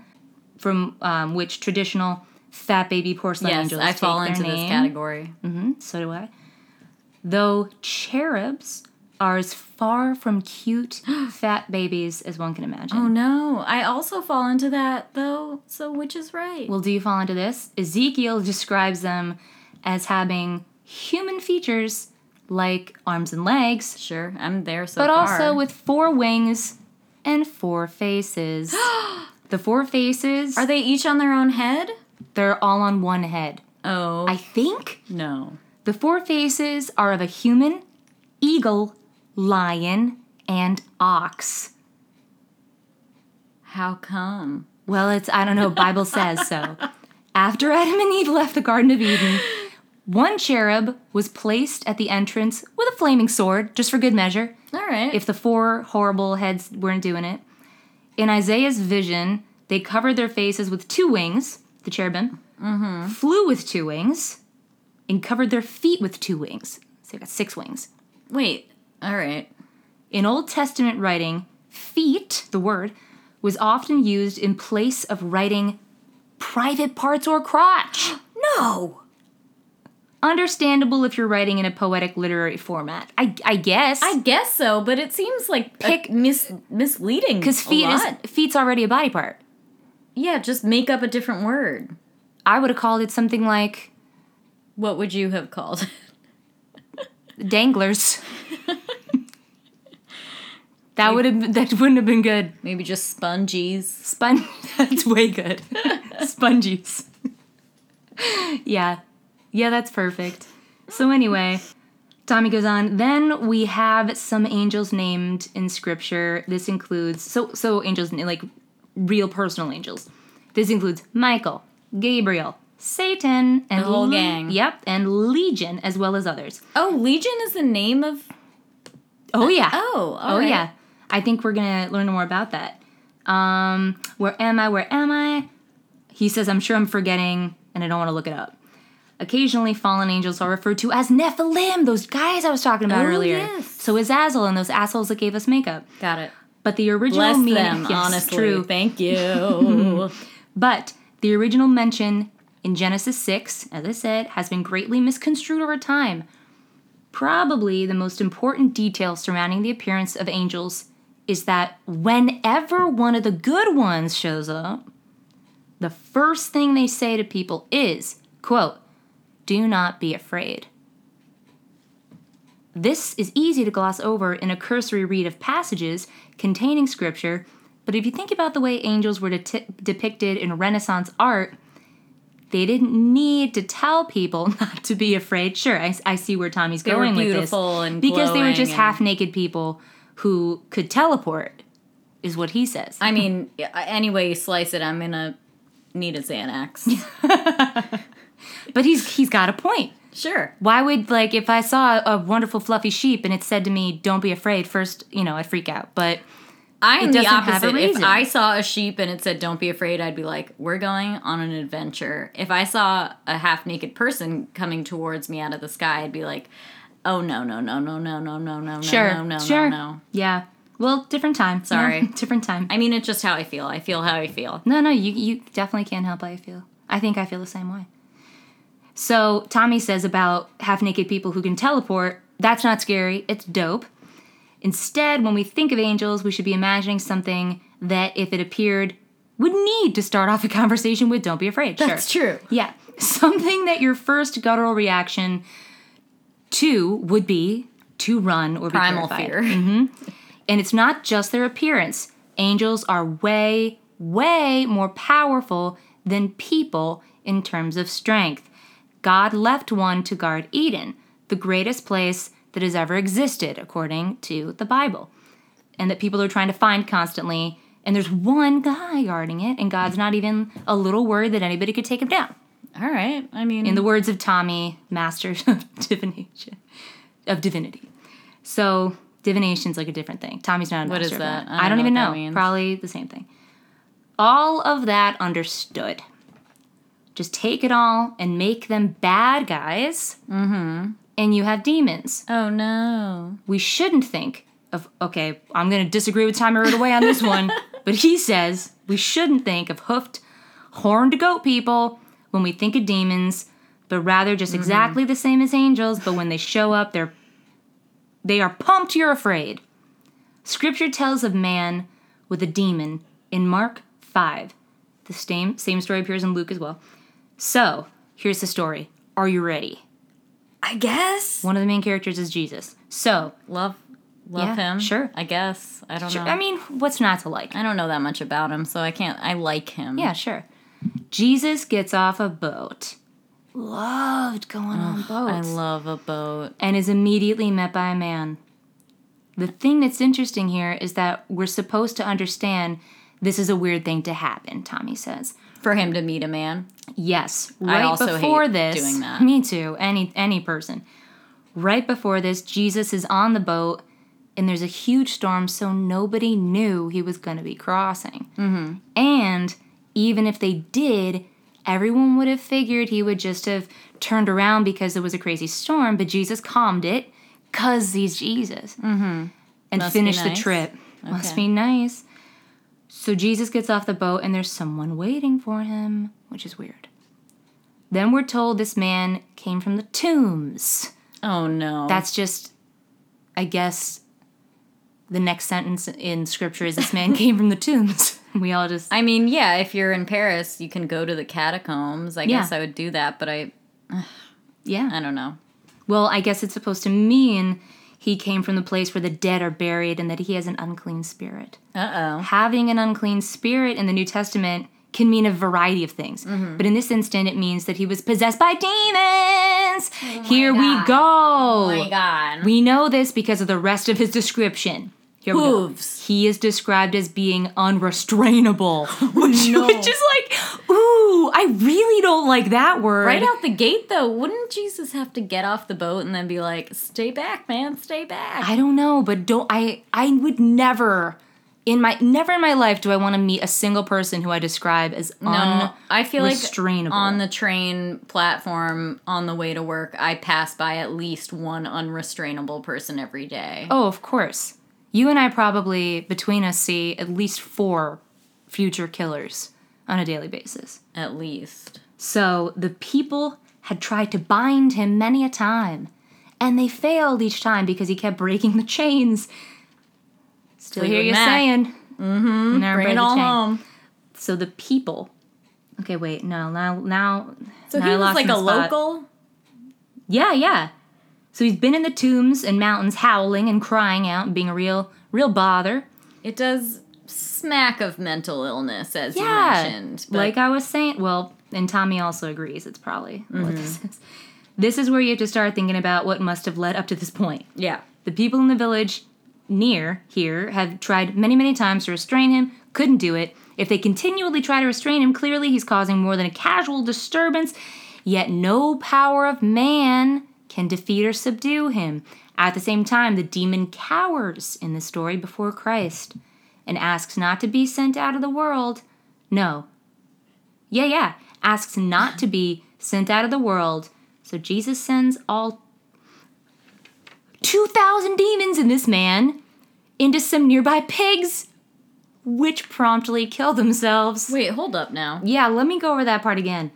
Speaker 1: from um, which traditional fat baby porcelain
Speaker 2: yes,
Speaker 1: angels
Speaker 2: I
Speaker 1: take
Speaker 2: fall
Speaker 1: their
Speaker 2: into this
Speaker 1: name.
Speaker 2: category.
Speaker 1: Mhm, so do I. Though cherubs are as far from cute, fat babies as one can imagine.
Speaker 2: Oh no. I also fall into that though. So which is right?
Speaker 1: Well, do you fall into this? Ezekiel describes them as having human features like arms and legs,
Speaker 2: sure. I'm there so
Speaker 1: but
Speaker 2: far.
Speaker 1: also with four wings and four faces. the four faces,
Speaker 2: Are they each on their own head?
Speaker 1: they're all on one head.
Speaker 2: Oh
Speaker 1: I think
Speaker 2: no.
Speaker 1: the four faces are of a human, eagle, lion, and ox.
Speaker 2: How come?
Speaker 1: Well, it's I don't know, Bible says so. After Adam and Eve left the Garden of Eden, one cherub was placed at the entrance with a flaming sword, just for good measure,
Speaker 2: All right.
Speaker 1: if the four horrible heads weren't doing it. In Isaiah's vision, they covered their faces with two wings, the cherubim, flew with two wings, and covered their feet with two wings. So they got six wings.
Speaker 2: wait. All right.
Speaker 1: In Old Testament writing, feet, the word, was often used in place of writing private parts or crotch.
Speaker 2: No.
Speaker 1: Understandable if you're writing in a poetic literary format. I, I guess.
Speaker 2: I guess so, but it seems like
Speaker 1: Pick-
Speaker 2: pick mis- misleading.
Speaker 1: Because feet
Speaker 2: a
Speaker 1: is
Speaker 2: lot.
Speaker 1: feet's already a body part.
Speaker 2: yeah. Just make up a different word.
Speaker 1: I would have called it something like
Speaker 2: What would you have called? it?
Speaker 1: danglers. that would have that wouldn't have been good.
Speaker 2: Maybe just spongies.
Speaker 1: Spon that's way good. Spongies. yeah. Yeah, that's perfect. So anyway, Tommy goes on, then we have some angels named in scripture. This includes so so angels like real personal angels. This includes Michael, Gabriel, Satan, and
Speaker 2: The whole
Speaker 1: Le-
Speaker 2: gang.
Speaker 1: Yep, and Legion as well as others.
Speaker 2: Oh, Legion is the name of.
Speaker 1: Oh yeah.
Speaker 2: Oh, all
Speaker 1: Oh
Speaker 2: right.
Speaker 1: yeah, I think we're gonna learn more about that. Um, where am I? Where am I? He says, "I'm sure I'm forgetting, and I don't want to look it up." Occasionally, fallen angels are referred to as Nephilim, those guys I was talking about
Speaker 2: Oh,
Speaker 1: earlier.
Speaker 2: yes.
Speaker 1: So Azazel and those assholes that gave us makeup.
Speaker 2: Got it.
Speaker 1: But the original
Speaker 2: Bless
Speaker 1: meaning,
Speaker 2: them,
Speaker 1: Yes,
Speaker 2: honestly.
Speaker 1: true.
Speaker 2: Thank you.
Speaker 1: But the original mention in Genesis 6, as I said, has been greatly misconstrued over time. Probably the most important detail surrounding the appearance of angels is that whenever one of the good ones shows up, the first thing they say to people is, quote, do not be afraid. This is easy to gloss over in a cursory read of passages containing scripture, but if you think about the way angels were de- depicted in Renaissance art, they didn't need to tell people not to be afraid. Sure, I, I see where Tommy's
Speaker 2: were
Speaker 1: going with this.
Speaker 2: beautiful and
Speaker 1: because they were
Speaker 2: glowing
Speaker 1: just
Speaker 2: and-
Speaker 1: half naked people who could teleport, is what he says.
Speaker 2: I mean, yeah, any way you slice it, I'm gonna need a Xanax.
Speaker 1: but he's he's got a point.
Speaker 2: sure.
Speaker 1: Why would like if I saw a wonderful fluffy sheep and it said to me, "Don't be afraid," first you know I'd freak out. But
Speaker 2: I'm
Speaker 1: It
Speaker 2: the
Speaker 1: doesn't have a
Speaker 2: opposite. If
Speaker 1: reason.
Speaker 2: I saw a sheep and it said "Don't be afraid," I'd be like, "We're going on an adventure." If I saw a half-naked person coming towards me out of the sky, I'd be like, "Oh no, no, no, no, no, no, no, no,
Speaker 1: sure,
Speaker 2: no, no, no,
Speaker 1: sure,
Speaker 2: no."
Speaker 1: yeah. Well, different time.
Speaker 2: Sorry.
Speaker 1: Yeah, different time.
Speaker 2: I mean, it's just how I feel. I feel how I feel.
Speaker 1: No, no, you you definitely can't help how you feel. I think I feel the same way. So Tommy says about half naked people who can teleport, that's not scary, it's dope. Instead, when we think of angels, we should be imagining something that if it appeared would need to start off a conversation with don't be afraid. sure.
Speaker 2: true.
Speaker 1: Yeah. Something that your first guttural reaction to would be to run or be
Speaker 2: Primal
Speaker 1: terrified.
Speaker 2: fear.
Speaker 1: And it's not just their appearance. Angels are way, way more powerful than people in terms of strength. God left one to guard Eden, the greatest place that has ever existed, according to the Bible, and that people are trying to find constantly. And there's one guy guarding it, and God's not even a little worried that anybody could take him down.
Speaker 2: All right. I mean,
Speaker 1: In the words of Tommy, masters of divination, of divinity. So divination's like a different thing. Tommy's not a master
Speaker 2: is
Speaker 1: of
Speaker 2: that?
Speaker 1: I don't, even
Speaker 2: what that
Speaker 1: know.
Speaker 2: means.
Speaker 1: Probably the same thing. All of that understood. Just take it all and make them bad guys, mm-hmm. and you have demons.
Speaker 2: oh no.
Speaker 1: We shouldn't think of okay. I'm going to disagree with Tommy right away on this one, but he says we shouldn't think of hoofed horned goat people when we think of demons, but rather just exactly the same as angels, but when they show up, they're they are pumped you're afraid. Scripture tells of man with a demon in Mark 5. The same same story appears in Luke as well. So, here's the story. Are you ready?
Speaker 2: I guess.
Speaker 1: One of the main characters is Jesus. So,
Speaker 2: Love, love
Speaker 1: Yeah,
Speaker 2: him.
Speaker 1: sure.
Speaker 2: I guess. I don't
Speaker 1: sure,
Speaker 2: know.
Speaker 1: I mean, what's not to like?
Speaker 2: I don't know that much about him, so I can't. I like him.
Speaker 1: Yeah, sure. Jesus gets off a boat. Loved going on
Speaker 2: I
Speaker 1: boats.
Speaker 2: love a boat.
Speaker 1: and is immediately met by a man. The thing that's interesting here is that we're supposed to understand this is a weird thing to happen, Tommy says.
Speaker 2: For him to meet a man.
Speaker 1: Yes, right
Speaker 2: also hate
Speaker 1: before this.
Speaker 2: doing that.
Speaker 1: Me too. Any any person. Right before this, Jesus is on the boat and there's a huge storm, so nobody knew he was going to be crossing. Mm-hmm. And even if they did, everyone would have figured he would just have turned around because it was a crazy storm, but Jesus calmed it because he's Jesus mm-hmm. and
Speaker 2: Must be
Speaker 1: finished
Speaker 2: nice.
Speaker 1: the trip. Must
Speaker 2: Okay.
Speaker 1: be nice. So Jesus gets off the boat and there's someone waiting for him, which is weird. Then we're told this man came from the tombs.
Speaker 2: Oh no.
Speaker 1: That's just, I guess, the next sentence in scripture is this man came from the tombs. We all just,
Speaker 2: I mean, yeah, if you're in Paris, you can go to the catacombs. I
Speaker 1: Yeah.
Speaker 2: guess I would do that, but I I
Speaker 1: yeah.
Speaker 2: don't know.
Speaker 1: Well, I guess it's supposed to mean he came from the place where the dead are buried and that he has an unclean spirit.
Speaker 2: Uh-oh.
Speaker 1: having an unclean spirit in the New Testament can mean a variety of things.
Speaker 2: Mm-hmm.
Speaker 1: But in this instant, it means that he was possessed by demons. Here we
Speaker 2: Oh God. Oh
Speaker 1: go. Oh
Speaker 2: god.
Speaker 1: We know this because of the rest of his description. Here we go.
Speaker 2: Hooves.
Speaker 1: He is described as being unrestrainable, which,
Speaker 2: Oh, no.
Speaker 1: which is like, ooh, I really don't like that word.
Speaker 2: Right out the gate though, wouldn't Jesus have to get off the boat and then be like, "Stay back, man, stay back."
Speaker 1: I don't know, but don't I I would never in my never in my life do I want to meet a single person who I describe as
Speaker 2: no, I feel like
Speaker 1: unrestrainable.
Speaker 2: on the train platform on the way to work, I pass by at least one unrestrainable person every day.
Speaker 1: Oh, of course. You and I probably between us see at least four future killers on a daily basis.
Speaker 2: At least.
Speaker 1: So the people had tried to bind him many a time, and they failed each time because he kept breaking the chains. Still hear
Speaker 2: Fleetwood
Speaker 1: you
Speaker 2: Mac.
Speaker 1: saying. Mm-hmm. Never
Speaker 2: Bring it
Speaker 1: the
Speaker 2: all
Speaker 1: chain.
Speaker 2: home.
Speaker 1: So the people. Okay, wait, no, now now.
Speaker 2: So
Speaker 1: now
Speaker 2: he
Speaker 1: I
Speaker 2: was
Speaker 1: lost
Speaker 2: like
Speaker 1: my
Speaker 2: a
Speaker 1: spot.
Speaker 2: local.
Speaker 1: Yeah, yeah. So he's been in the tombs and mountains, howling and crying out, and being a real, real bother.
Speaker 2: It does smack of mental illness, as
Speaker 1: Yeah,
Speaker 2: you mentioned. But
Speaker 1: like I was saying, well, and Tommy also agrees. It's probably what this is. This is where you have to start thinking about what must have led up to this point.
Speaker 2: yeah,
Speaker 1: The people in the village near here have tried many, many times to restrain him, couldn't do it. If they continually try to restrain him, clearly he's causing more than a casual disturbance, yet no power of man can defeat or subdue him. At the same time, the demon cowers in the story before Christ and asks not to be sent out of the world. No. Yeah, yeah. Asks not to be sent out of the world. So Jesus sends all 2,000 demons in this man into some nearby pigs, which promptly kill themselves.
Speaker 2: wait, hold up now.
Speaker 1: Yeah, let me go over that part again.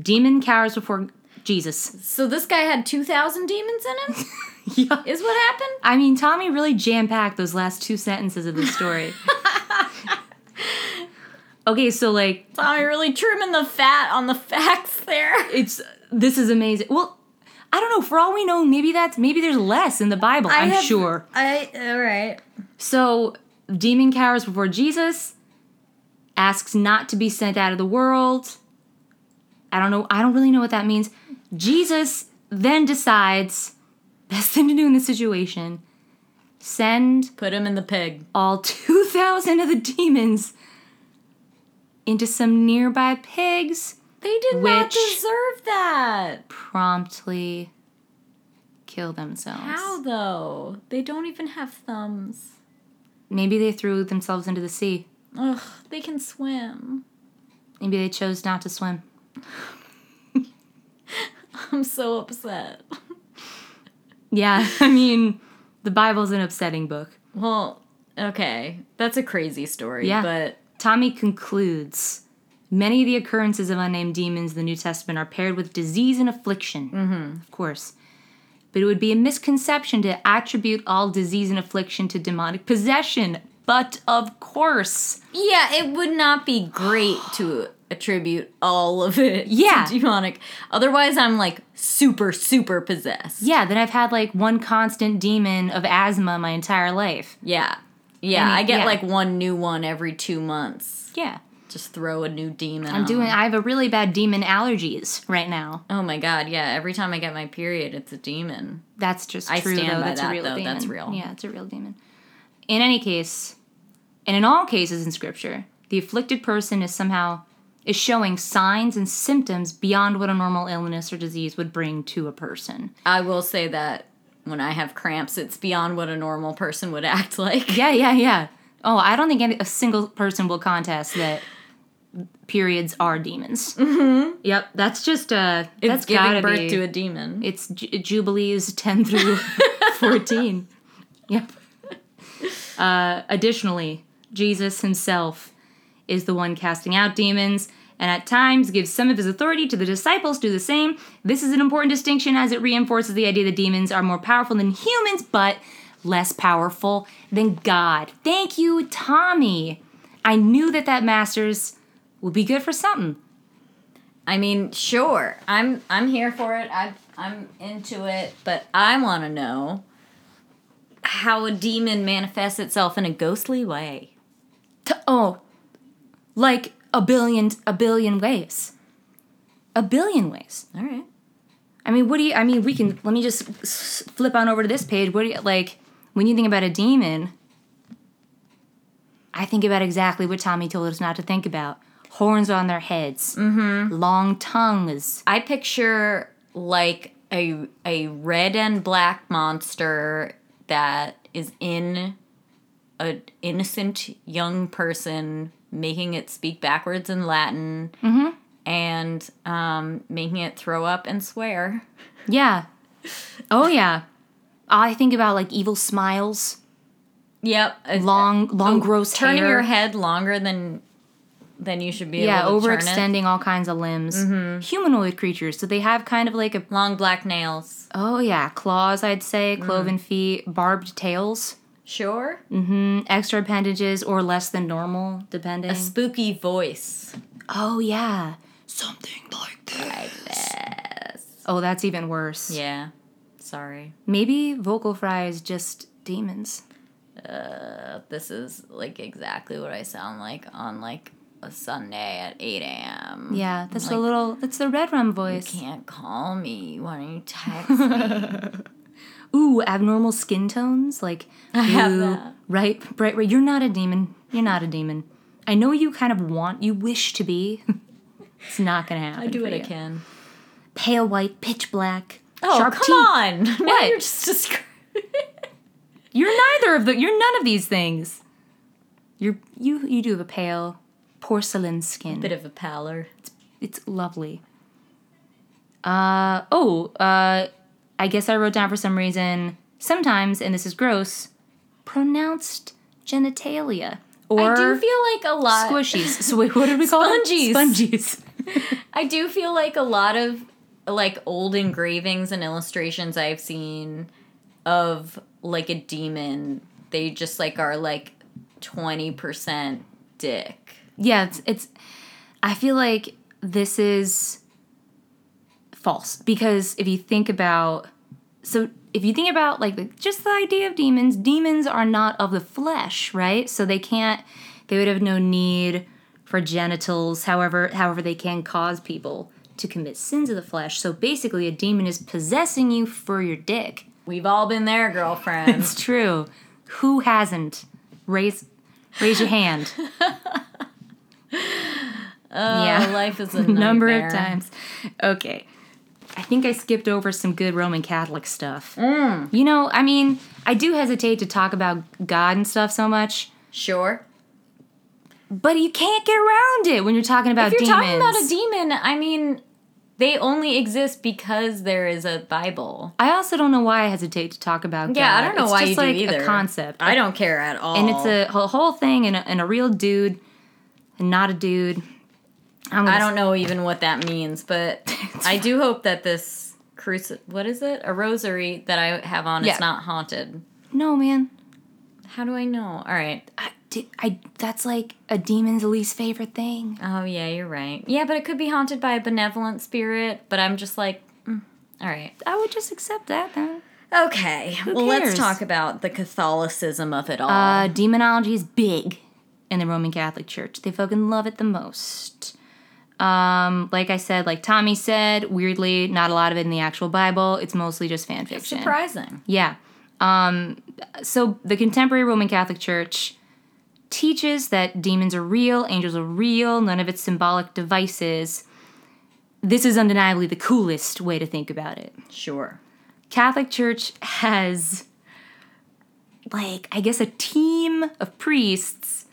Speaker 1: Demon cowers before Jesus.
Speaker 2: So this guy had two thousand demons in him.
Speaker 1: Yeah.
Speaker 2: is what happened.
Speaker 1: I mean, Tommy really jam packed those last two sentences of the story. okay, so like,
Speaker 2: Tommy really trimming the fat on the facts there.
Speaker 1: it's this is amazing. Well, I don't know. For all we know, maybe that's maybe there's less in the Bible. I'm
Speaker 2: have-
Speaker 1: sure.
Speaker 2: I all right.
Speaker 1: So, demon cowers before Jesus, asks not to be sent out of the world. I don't know. I don't really know what that means. Jesus then decides best thing to do in this situation send
Speaker 2: Put him in the pig.
Speaker 1: all 2,000 of the demons into some nearby pigs,
Speaker 2: They did
Speaker 1: not
Speaker 2: not
Speaker 1: Which-
Speaker 2: deserve that.
Speaker 1: promptly kill themselves.
Speaker 2: How though? They don't even have thumbs.
Speaker 1: Maybe they threw themselves into the sea.
Speaker 2: Ugh, they can swim.
Speaker 1: Maybe they chose not to swim.
Speaker 2: I'm so upset.
Speaker 1: Yeah, I mean, the Bible's an upsetting book.
Speaker 2: Well, okay. That's a crazy story,
Speaker 1: Yeah.
Speaker 2: but
Speaker 1: Tommy concludes many of the occurrences of unnamed demons in the New Testament are paired with disease and affliction, mm-hmm. of course. But it would be a misconception to attribute all disease and affliction to demonic possession. But of course,
Speaker 2: yeah, it would not be great to attribute all of it
Speaker 1: Yeah.
Speaker 2: to demonic. Otherwise, I'm like super super possessed.
Speaker 1: yeah. Then I've had like one constant demon of asthma my entire life.
Speaker 2: Yeah. Yeah,
Speaker 1: Any-
Speaker 2: I get
Speaker 1: yeah.
Speaker 2: like one new one every 2 months.
Speaker 1: Yeah,
Speaker 2: Just throw a new demon.
Speaker 1: I'm doing. I have a really bad demon allergies right now.
Speaker 2: Oh my god, yeah, every time I get my period, it's a demon.
Speaker 1: That's just
Speaker 2: I
Speaker 1: true,
Speaker 2: stand
Speaker 1: though.
Speaker 2: by
Speaker 1: That's a
Speaker 2: that,
Speaker 1: real
Speaker 2: though.
Speaker 1: demon.
Speaker 2: That's real.
Speaker 1: Yeah, it's a real demon. In any case, and in all cases in Scripture, the afflicted person is somehow is showing signs and symptoms beyond what a normal illness or disease would bring to a person.
Speaker 2: I will say that when I have cramps, it's beyond what a normal person would act like.
Speaker 1: Yeah, yeah, yeah. Oh, I don't think any, a single person will contest that periods are demons. Mm-hmm. Yep, that's just uh,
Speaker 2: It's
Speaker 1: that's
Speaker 2: giving
Speaker 1: gotta
Speaker 2: birth
Speaker 1: be.
Speaker 2: to a demon.
Speaker 1: Mm-hmm. It's Ju- Jubilees 10 through 14. Yep. Uh, additionally, Jesus himself is the one casting out demons and at times gives some of his authority to the disciples to do the same. This is an important distinction as it reinforces the idea that demons are more powerful than humans, but less powerful than God. Thank you, Tommy. I knew that that Masters would be good for something.
Speaker 2: I mean, sure, I'm I'm here for it. I I'm into it, but I want to know how a demon manifests itself in a ghostly way.
Speaker 1: T- oh, like a billion, a billion ways. A billion ways.
Speaker 2: All right.
Speaker 1: I mean, what do you? I mean, we can. Let me just s- flip on over to this page. What do you like when you think about a demon? I think about exactly what Tommy told us not to think about: horns on their heads, mm-hmm. long tongues.
Speaker 2: I picture like a a red and black monster that is in an innocent young person, making it speak backwards in Latin, and um, making it throw up and swear.
Speaker 1: Yeah. Oh yeah. I think about like evil smiles,
Speaker 2: Yep, a-
Speaker 1: long, long, gross
Speaker 2: Oh, turning
Speaker 1: hair.
Speaker 2: your head longer than then you should be
Speaker 1: yeah,
Speaker 2: able to turn it. Mm-hmm.
Speaker 1: overextending all kinds of limbs. Humanoid creatures, so they have kind of like a
Speaker 2: Long black nails.
Speaker 1: oh yeah, claws. I'd
Speaker 2: Mm.
Speaker 1: say cloven feet, barbed tails,
Speaker 2: Sure.
Speaker 1: mm, extra appendages, or less than normal, depending.
Speaker 2: A spooky voice.
Speaker 1: oh yeah, something like that. Oh, that's even worse.
Speaker 2: Yeah. Sorry.
Speaker 1: Maybe vocal fry is just demons.
Speaker 2: Uh, this is like exactly what I sound like on like a Sunday at 8 a.m.
Speaker 1: Yeah, that's the
Speaker 2: Like-
Speaker 1: little. That's the red rum
Speaker 2: You
Speaker 1: voice.
Speaker 2: can't call me. Why don't you text me?
Speaker 1: Ooh, abnormal skin tones like blue,
Speaker 2: have that.
Speaker 1: right, bright red. You're not a demon. You're not a demon. I know you kind of want, you wish to be. it's not gonna happen.
Speaker 2: I do
Speaker 1: for
Speaker 2: what I
Speaker 1: you.
Speaker 2: can.
Speaker 1: Pale white, pitch black.
Speaker 2: Oh,
Speaker 1: sharp
Speaker 2: come
Speaker 1: teeth.
Speaker 2: on. Now
Speaker 1: What?
Speaker 2: you're just describing.
Speaker 1: You're neither of the. You're none of these things. You're you. You do have a pale porcelain skin.
Speaker 2: Bit of a pallor.
Speaker 1: It's lovely. Uh oh, uh I guess I wrote down for some reason sometimes and this is gross pronounced genitalia or
Speaker 2: I do feel like a lot.
Speaker 1: squishies. So wait, what did we call them?
Speaker 2: Spongies.
Speaker 1: Spongies.
Speaker 2: I do feel like a lot of like old engravings and illustrations I've seen of like a demon, they just like are like 20% dick.
Speaker 1: Yeah, it's, it's I feel like this is false because if you think about so if you think about like the, just the idea of demons, demons are not of the flesh, right? So they can't they would have no need for genitals, however however they can cause people to commit sins of the flesh. So basically a demon is possessing you for your dick.
Speaker 2: We've all been there, girlfriend.
Speaker 1: It's true. Who hasn't? Raise raise your hand.
Speaker 2: Oh, life is a
Speaker 1: number of
Speaker 2: nightmare.
Speaker 1: times. Okay. I think I skipped over some good Roman Catholic stuff.
Speaker 2: Mm.
Speaker 1: You know, I mean, I do hesitate to talk about God and stuff so much,
Speaker 2: Sure.
Speaker 1: but you can't get around it when you're talking about
Speaker 2: If you're
Speaker 1: demons.
Speaker 2: talking about a demon, I mean, they only exist because there is a Bible.
Speaker 1: I also don't know why I hesitate to talk about
Speaker 2: Yeah, I
Speaker 1: God.
Speaker 2: don't know
Speaker 1: It's
Speaker 2: why
Speaker 1: just
Speaker 2: you do
Speaker 1: like
Speaker 2: either.
Speaker 1: a concept.
Speaker 2: I don't care at all.
Speaker 1: and it's a whole- whole thing and a, and a real dude and not a dude. I'm gonna
Speaker 2: I don't know even what that means, but I do hope that this cruci what is it? A rosary that I have on
Speaker 1: Yeah.
Speaker 2: is not haunted.
Speaker 1: No, man.
Speaker 2: How do I know? All right.
Speaker 1: I, di- I, that's like a demon's least favorite thing.
Speaker 2: Oh yeah, you're right. Yeah, but it could be haunted by a benevolent spirit, but I'm just like mm. all right.
Speaker 1: I would just accept that then.
Speaker 2: Okay. well,
Speaker 1: cares?
Speaker 2: let's talk about the Catholicism of it all.
Speaker 1: Uh, demonology is big in the Roman Catholic Church. They fucking love it the most. Um, like I said, like Tommy said, weirdly, not a lot of it in the actual Bible. It's mostly just fan fiction.
Speaker 2: Surprising.
Speaker 1: Yeah. Um, so the contemporary Roman Catholic Church teaches that demons are real, angels are real, none of it's symbolic devices. This is undeniably the coolest way to think about it.
Speaker 2: Sure.
Speaker 1: Catholic Church has like I guess a team of priests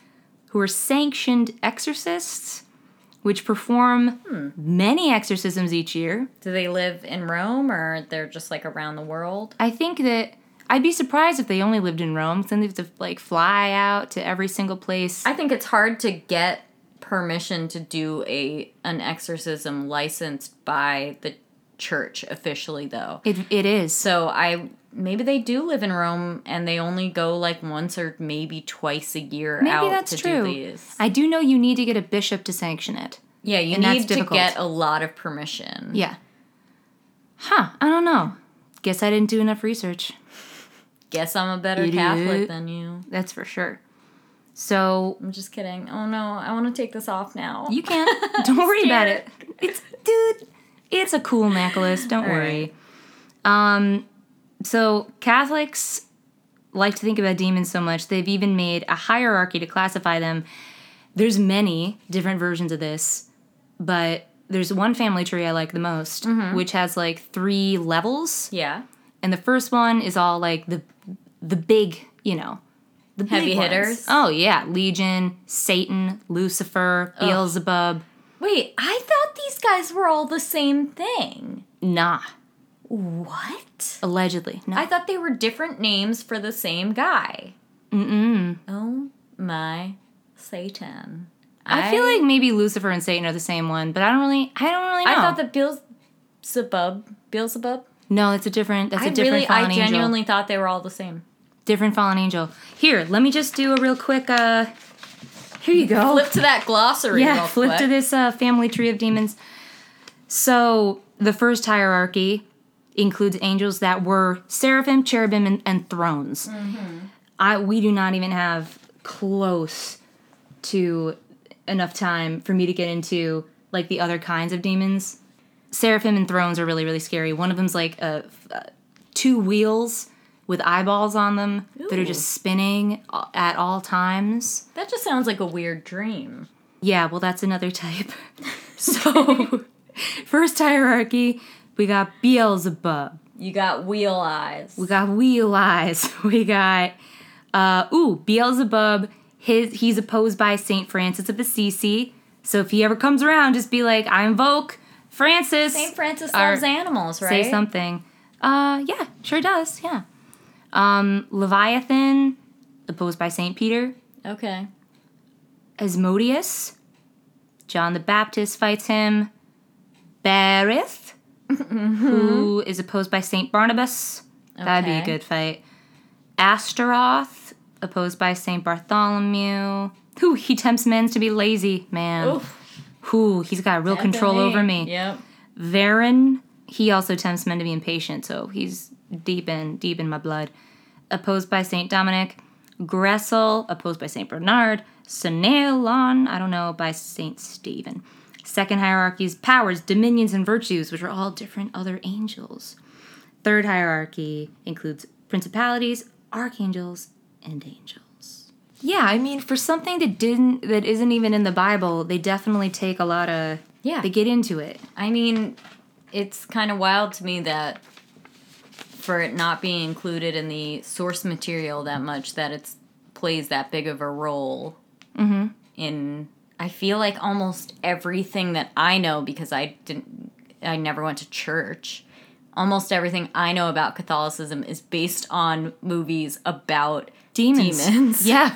Speaker 1: who are sanctioned exorcists which perform many exorcisms each year.
Speaker 2: Do they live in Rome or they're just like around the world?
Speaker 1: I think that I'd be surprised if they only lived in Rome. 'cause Then they have to like fly out to every single place.
Speaker 2: I think it's hard to get permission to do a an exorcism licensed by the church officially though.
Speaker 1: It, it is.
Speaker 2: So I maybe they do live in Rome and they only go like once or maybe twice a year out
Speaker 1: Maybe that's
Speaker 2: to
Speaker 1: true.
Speaker 2: do these.
Speaker 1: I do know you need to get a bishop to sanction it.
Speaker 2: Yeah, you
Speaker 1: And that's
Speaker 2: need to
Speaker 1: difficult.
Speaker 2: get a lot of permission.
Speaker 1: Yeah. Huh, I don't know. Guess I didn't do enough research.
Speaker 2: Guess I'm a better
Speaker 1: Idiot.
Speaker 2: Catholic than you.
Speaker 1: That's for sure. So
Speaker 2: I'm just kidding. Oh no, I want to take this off now.
Speaker 1: You can't. Don't worry about
Speaker 2: Scared.
Speaker 1: it. It's dude. It's a cool necklace. Don't worry. Um, so Catholics like to think about demons so much they've even made a hierarchy to classify them. There's many different versions of this, but there's one family tree I like the most,
Speaker 2: Mm-hmm.
Speaker 1: which has like three levels,
Speaker 2: yeah.
Speaker 1: and the first one is all like the the big, you know. The
Speaker 2: Heavy
Speaker 1: big ones.
Speaker 2: hitters?
Speaker 1: Oh yeah, Legion, Satan, Lucifer, Beelzebub.
Speaker 2: Wait, I thought these guys were all the same thing.
Speaker 1: Nah,
Speaker 2: What?
Speaker 1: allegedly. No.
Speaker 2: I thought they were different names for the same guy.
Speaker 1: Mm-mm.
Speaker 2: Oh my Satan.
Speaker 1: I, feel like maybe Lucifer and Satan are the same one, but I don't really, I don't really know.
Speaker 2: I thought that Beelzebub, Beelzebub.
Speaker 1: no, Oh. it's a different. That's a
Speaker 2: I
Speaker 1: different
Speaker 2: really,
Speaker 1: fallen
Speaker 2: I
Speaker 1: angel.
Speaker 2: genuinely thought they were all the same.
Speaker 1: different fallen angel. Here, let me just do a real quick. uh Here you go.
Speaker 2: Flip to that glossary.
Speaker 1: yeah,
Speaker 2: real
Speaker 1: flip
Speaker 2: quick.
Speaker 1: to this uh, family tree of demons. So the first hierarchy includes angels that were seraphim, cherubim, and, and thrones.
Speaker 2: Mm-hmm.
Speaker 1: I we do not even have close to enough time for me to get into like the other kinds of demons. Seraphim and thrones are really really scary. One of them's like a, uh two wheels with eyeballs on them that are
Speaker 2: Ooh.
Speaker 1: just spinning a- at all times.
Speaker 2: That just sounds like a weird dream.
Speaker 1: Yeah, well, that's another type. So, first hierarchy, we got Beelzebub,
Speaker 2: You got wheel eyes.
Speaker 1: we got Wheel Eyes, we got uh, ooh Beelzebub. His he's opposed by Saint Francis of Assisi. So if he ever comes around, just be like, I invoke Francis.
Speaker 2: St. Francis
Speaker 1: Our-
Speaker 2: loves animals, right?
Speaker 1: Say something. Uh, yeah, sure does. Yeah. Um, Leviathan, opposed by Saint Peter.
Speaker 2: Okay.
Speaker 1: Asmodeus. John the Baptist fights him. Barith,
Speaker 2: Mm-hmm.
Speaker 1: who is opposed by St. Barnabas. That'd be a
Speaker 2: Okay.
Speaker 1: good fight. Astaroth, opposed by St. Bartholomew. Who he tempts men to be lazy, man.
Speaker 2: Oof.
Speaker 1: Who he's got real control
Speaker 2: Anthony.
Speaker 1: over me.
Speaker 2: Yep.
Speaker 1: Varen, he also tempts men to be impatient, so he's deep in deep in my blood. Opposed by Saint Dominic, Gressel, opposed by Saint Bernard, Senelon, I don't know, by Saint Stephen. Second hierarchy is powers, dominions, and virtues, which are all different other angels. Third hierarchy includes principalities, archangels, and angels. Yeah, I mean, for something that didn't that isn't even in the Bible, they definitely take a lot of
Speaker 2: Yeah.
Speaker 1: They get into it.
Speaker 2: I mean, it's kind of wild to me that for it not being included in the source material that much, that it's plays that big of a role in. I feel like almost everything that I know because I didn't, I never went to church. Almost everything I know about Catholicism is based on movies about
Speaker 1: demons.
Speaker 2: Demons.
Speaker 1: Yeah.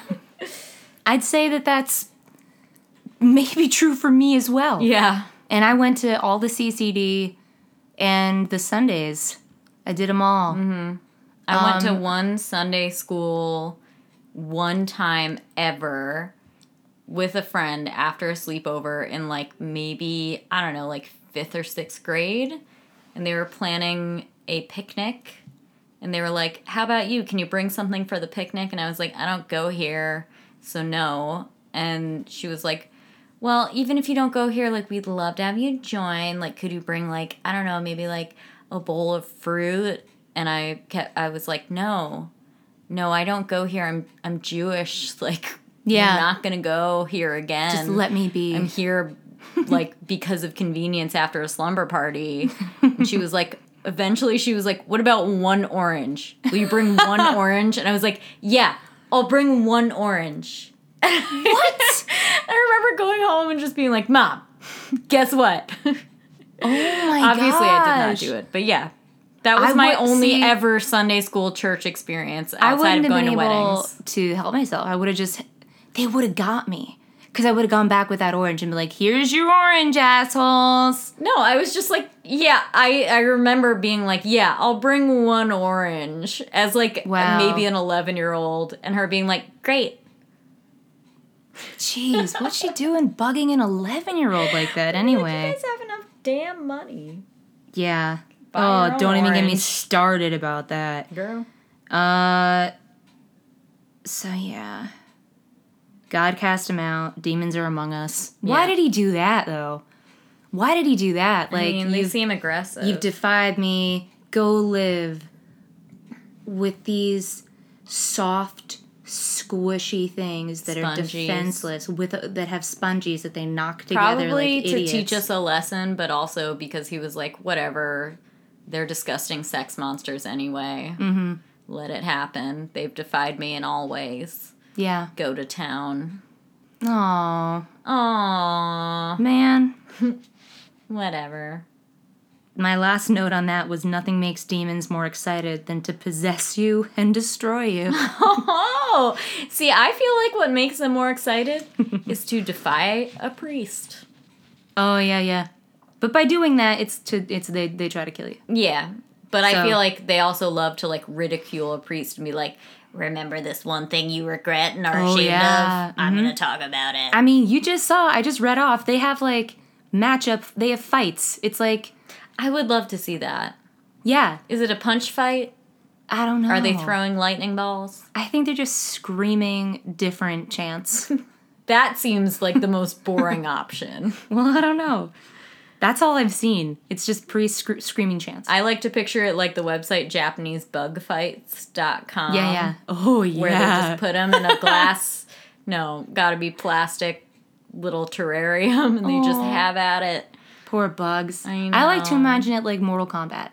Speaker 1: I'd say that that's maybe true for me as well.
Speaker 2: yeah,
Speaker 1: And I went to all the CCD and the Sundays. I did them all.
Speaker 2: Mm-hmm. I went to one Sunday school one time ever with a friend after a sleepover in like maybe, I don't know, like fifth or sixth grade. And they were planning a picnic. And they were like, How about you? Can you bring something for the picnic? And I was like, I don't go here, so no. And she was like, well, even if you don't go here, like we'd love to have you join. Like, could you bring like I don't know, maybe like a bowl of fruit? And I kept, I was like, no, no, I don't go here. I'm, I'm Jewish. Like,
Speaker 1: Yeah.
Speaker 2: I'm not gonna go here again.
Speaker 1: Just let me be.
Speaker 2: I'm here, like because of convenience after a slumber party. And she was like. Eventually, she was like, "What about one orange? Will you bring one orange?" And I was like, "Yeah, I'll bring one orange."
Speaker 1: what?
Speaker 2: I remember going home and just being like, Mom, guess what?
Speaker 1: Oh my
Speaker 2: Obviously, I did not
Speaker 1: gosh.
Speaker 2: do it. But yeah, that was
Speaker 1: I
Speaker 2: my
Speaker 1: would-
Speaker 2: only
Speaker 1: see-
Speaker 2: ever Sunday school church experience
Speaker 1: I
Speaker 2: outside
Speaker 1: wouldn't
Speaker 2: of
Speaker 1: have
Speaker 2: going
Speaker 1: been
Speaker 2: to
Speaker 1: able
Speaker 2: weddings.
Speaker 1: to help myself. I would have just, they would have got me. Because I would have gone back with that orange and be like, here's your orange, assholes.
Speaker 2: No, I was just like, yeah, I, I remember being like, yeah, I'll bring one orange as like
Speaker 1: Wow.
Speaker 2: maybe an 11 year old, and her being like, great.
Speaker 1: Jeez, what's she doing bugging an 11 year old like that anyway?
Speaker 2: have enough damn money,
Speaker 1: Yeah.
Speaker 2: Buy your
Speaker 1: oh,
Speaker 2: own
Speaker 1: don't even get me
Speaker 2: orange.
Speaker 1: started about that.
Speaker 2: girl.
Speaker 1: Uh so yeah. God cast him out. Demons are among us. Why
Speaker 2: Yeah.
Speaker 1: did he do that though? Why did he do that? Like
Speaker 2: I mean, they
Speaker 1: you've,
Speaker 2: seem aggressive.
Speaker 1: you've defied me. Go live with these soft, squishy things that are
Speaker 2: Spongies.
Speaker 1: defenseless with uh, that have spongies that they knock together
Speaker 2: probably
Speaker 1: like
Speaker 2: to
Speaker 1: idiots.
Speaker 2: teach us a lesson, but also because he was like, whatever, they're disgusting sex monsters anyway. Mm-hmm. Let it happen. They've defied me in all ways.
Speaker 1: Yeah.
Speaker 2: Go to town.
Speaker 1: Oh
Speaker 2: Aww,
Speaker 1: man.
Speaker 2: whatever.
Speaker 1: My last note on that was nothing makes demons more excited than to possess you and destroy you.
Speaker 2: Oh, see, I feel like what makes them more excited is to defy a priest.
Speaker 1: oh yeah, yeah. But by doing that, it's to it's they they try to kill you.
Speaker 2: Yeah, but I
Speaker 1: So-
Speaker 2: feel like they also love to like ridicule a priest and be like, "Remember this one thing you regret and are
Speaker 1: Oh,
Speaker 2: ashamed
Speaker 1: yeah. Mm-hmm.
Speaker 2: of? I'm gonna talk about it."
Speaker 1: I mean, you just saw. I just read off. They have like matchup. They have fights. It's like
Speaker 2: I would love to see that.
Speaker 1: yeah.
Speaker 2: Is it a punch fight?
Speaker 1: I don't know.
Speaker 2: Are they throwing lightning balls?
Speaker 1: I think they're just screaming different chants.
Speaker 2: That seems like the most boring option.
Speaker 1: well, I don't know. That's all I've seen. It's just pre screaming chants.
Speaker 2: I like to picture it like the website JapaneseBugFights.com.
Speaker 1: yeah, yeah. Oh yeah.
Speaker 2: where they just put them in a glass, no, gotta be plastic little terrarium, and they just
Speaker 1: Aw.
Speaker 2: have at it.
Speaker 1: Poor bugs.
Speaker 2: I
Speaker 1: like to
Speaker 2: know.
Speaker 1: imagine it like Mortal Kombat.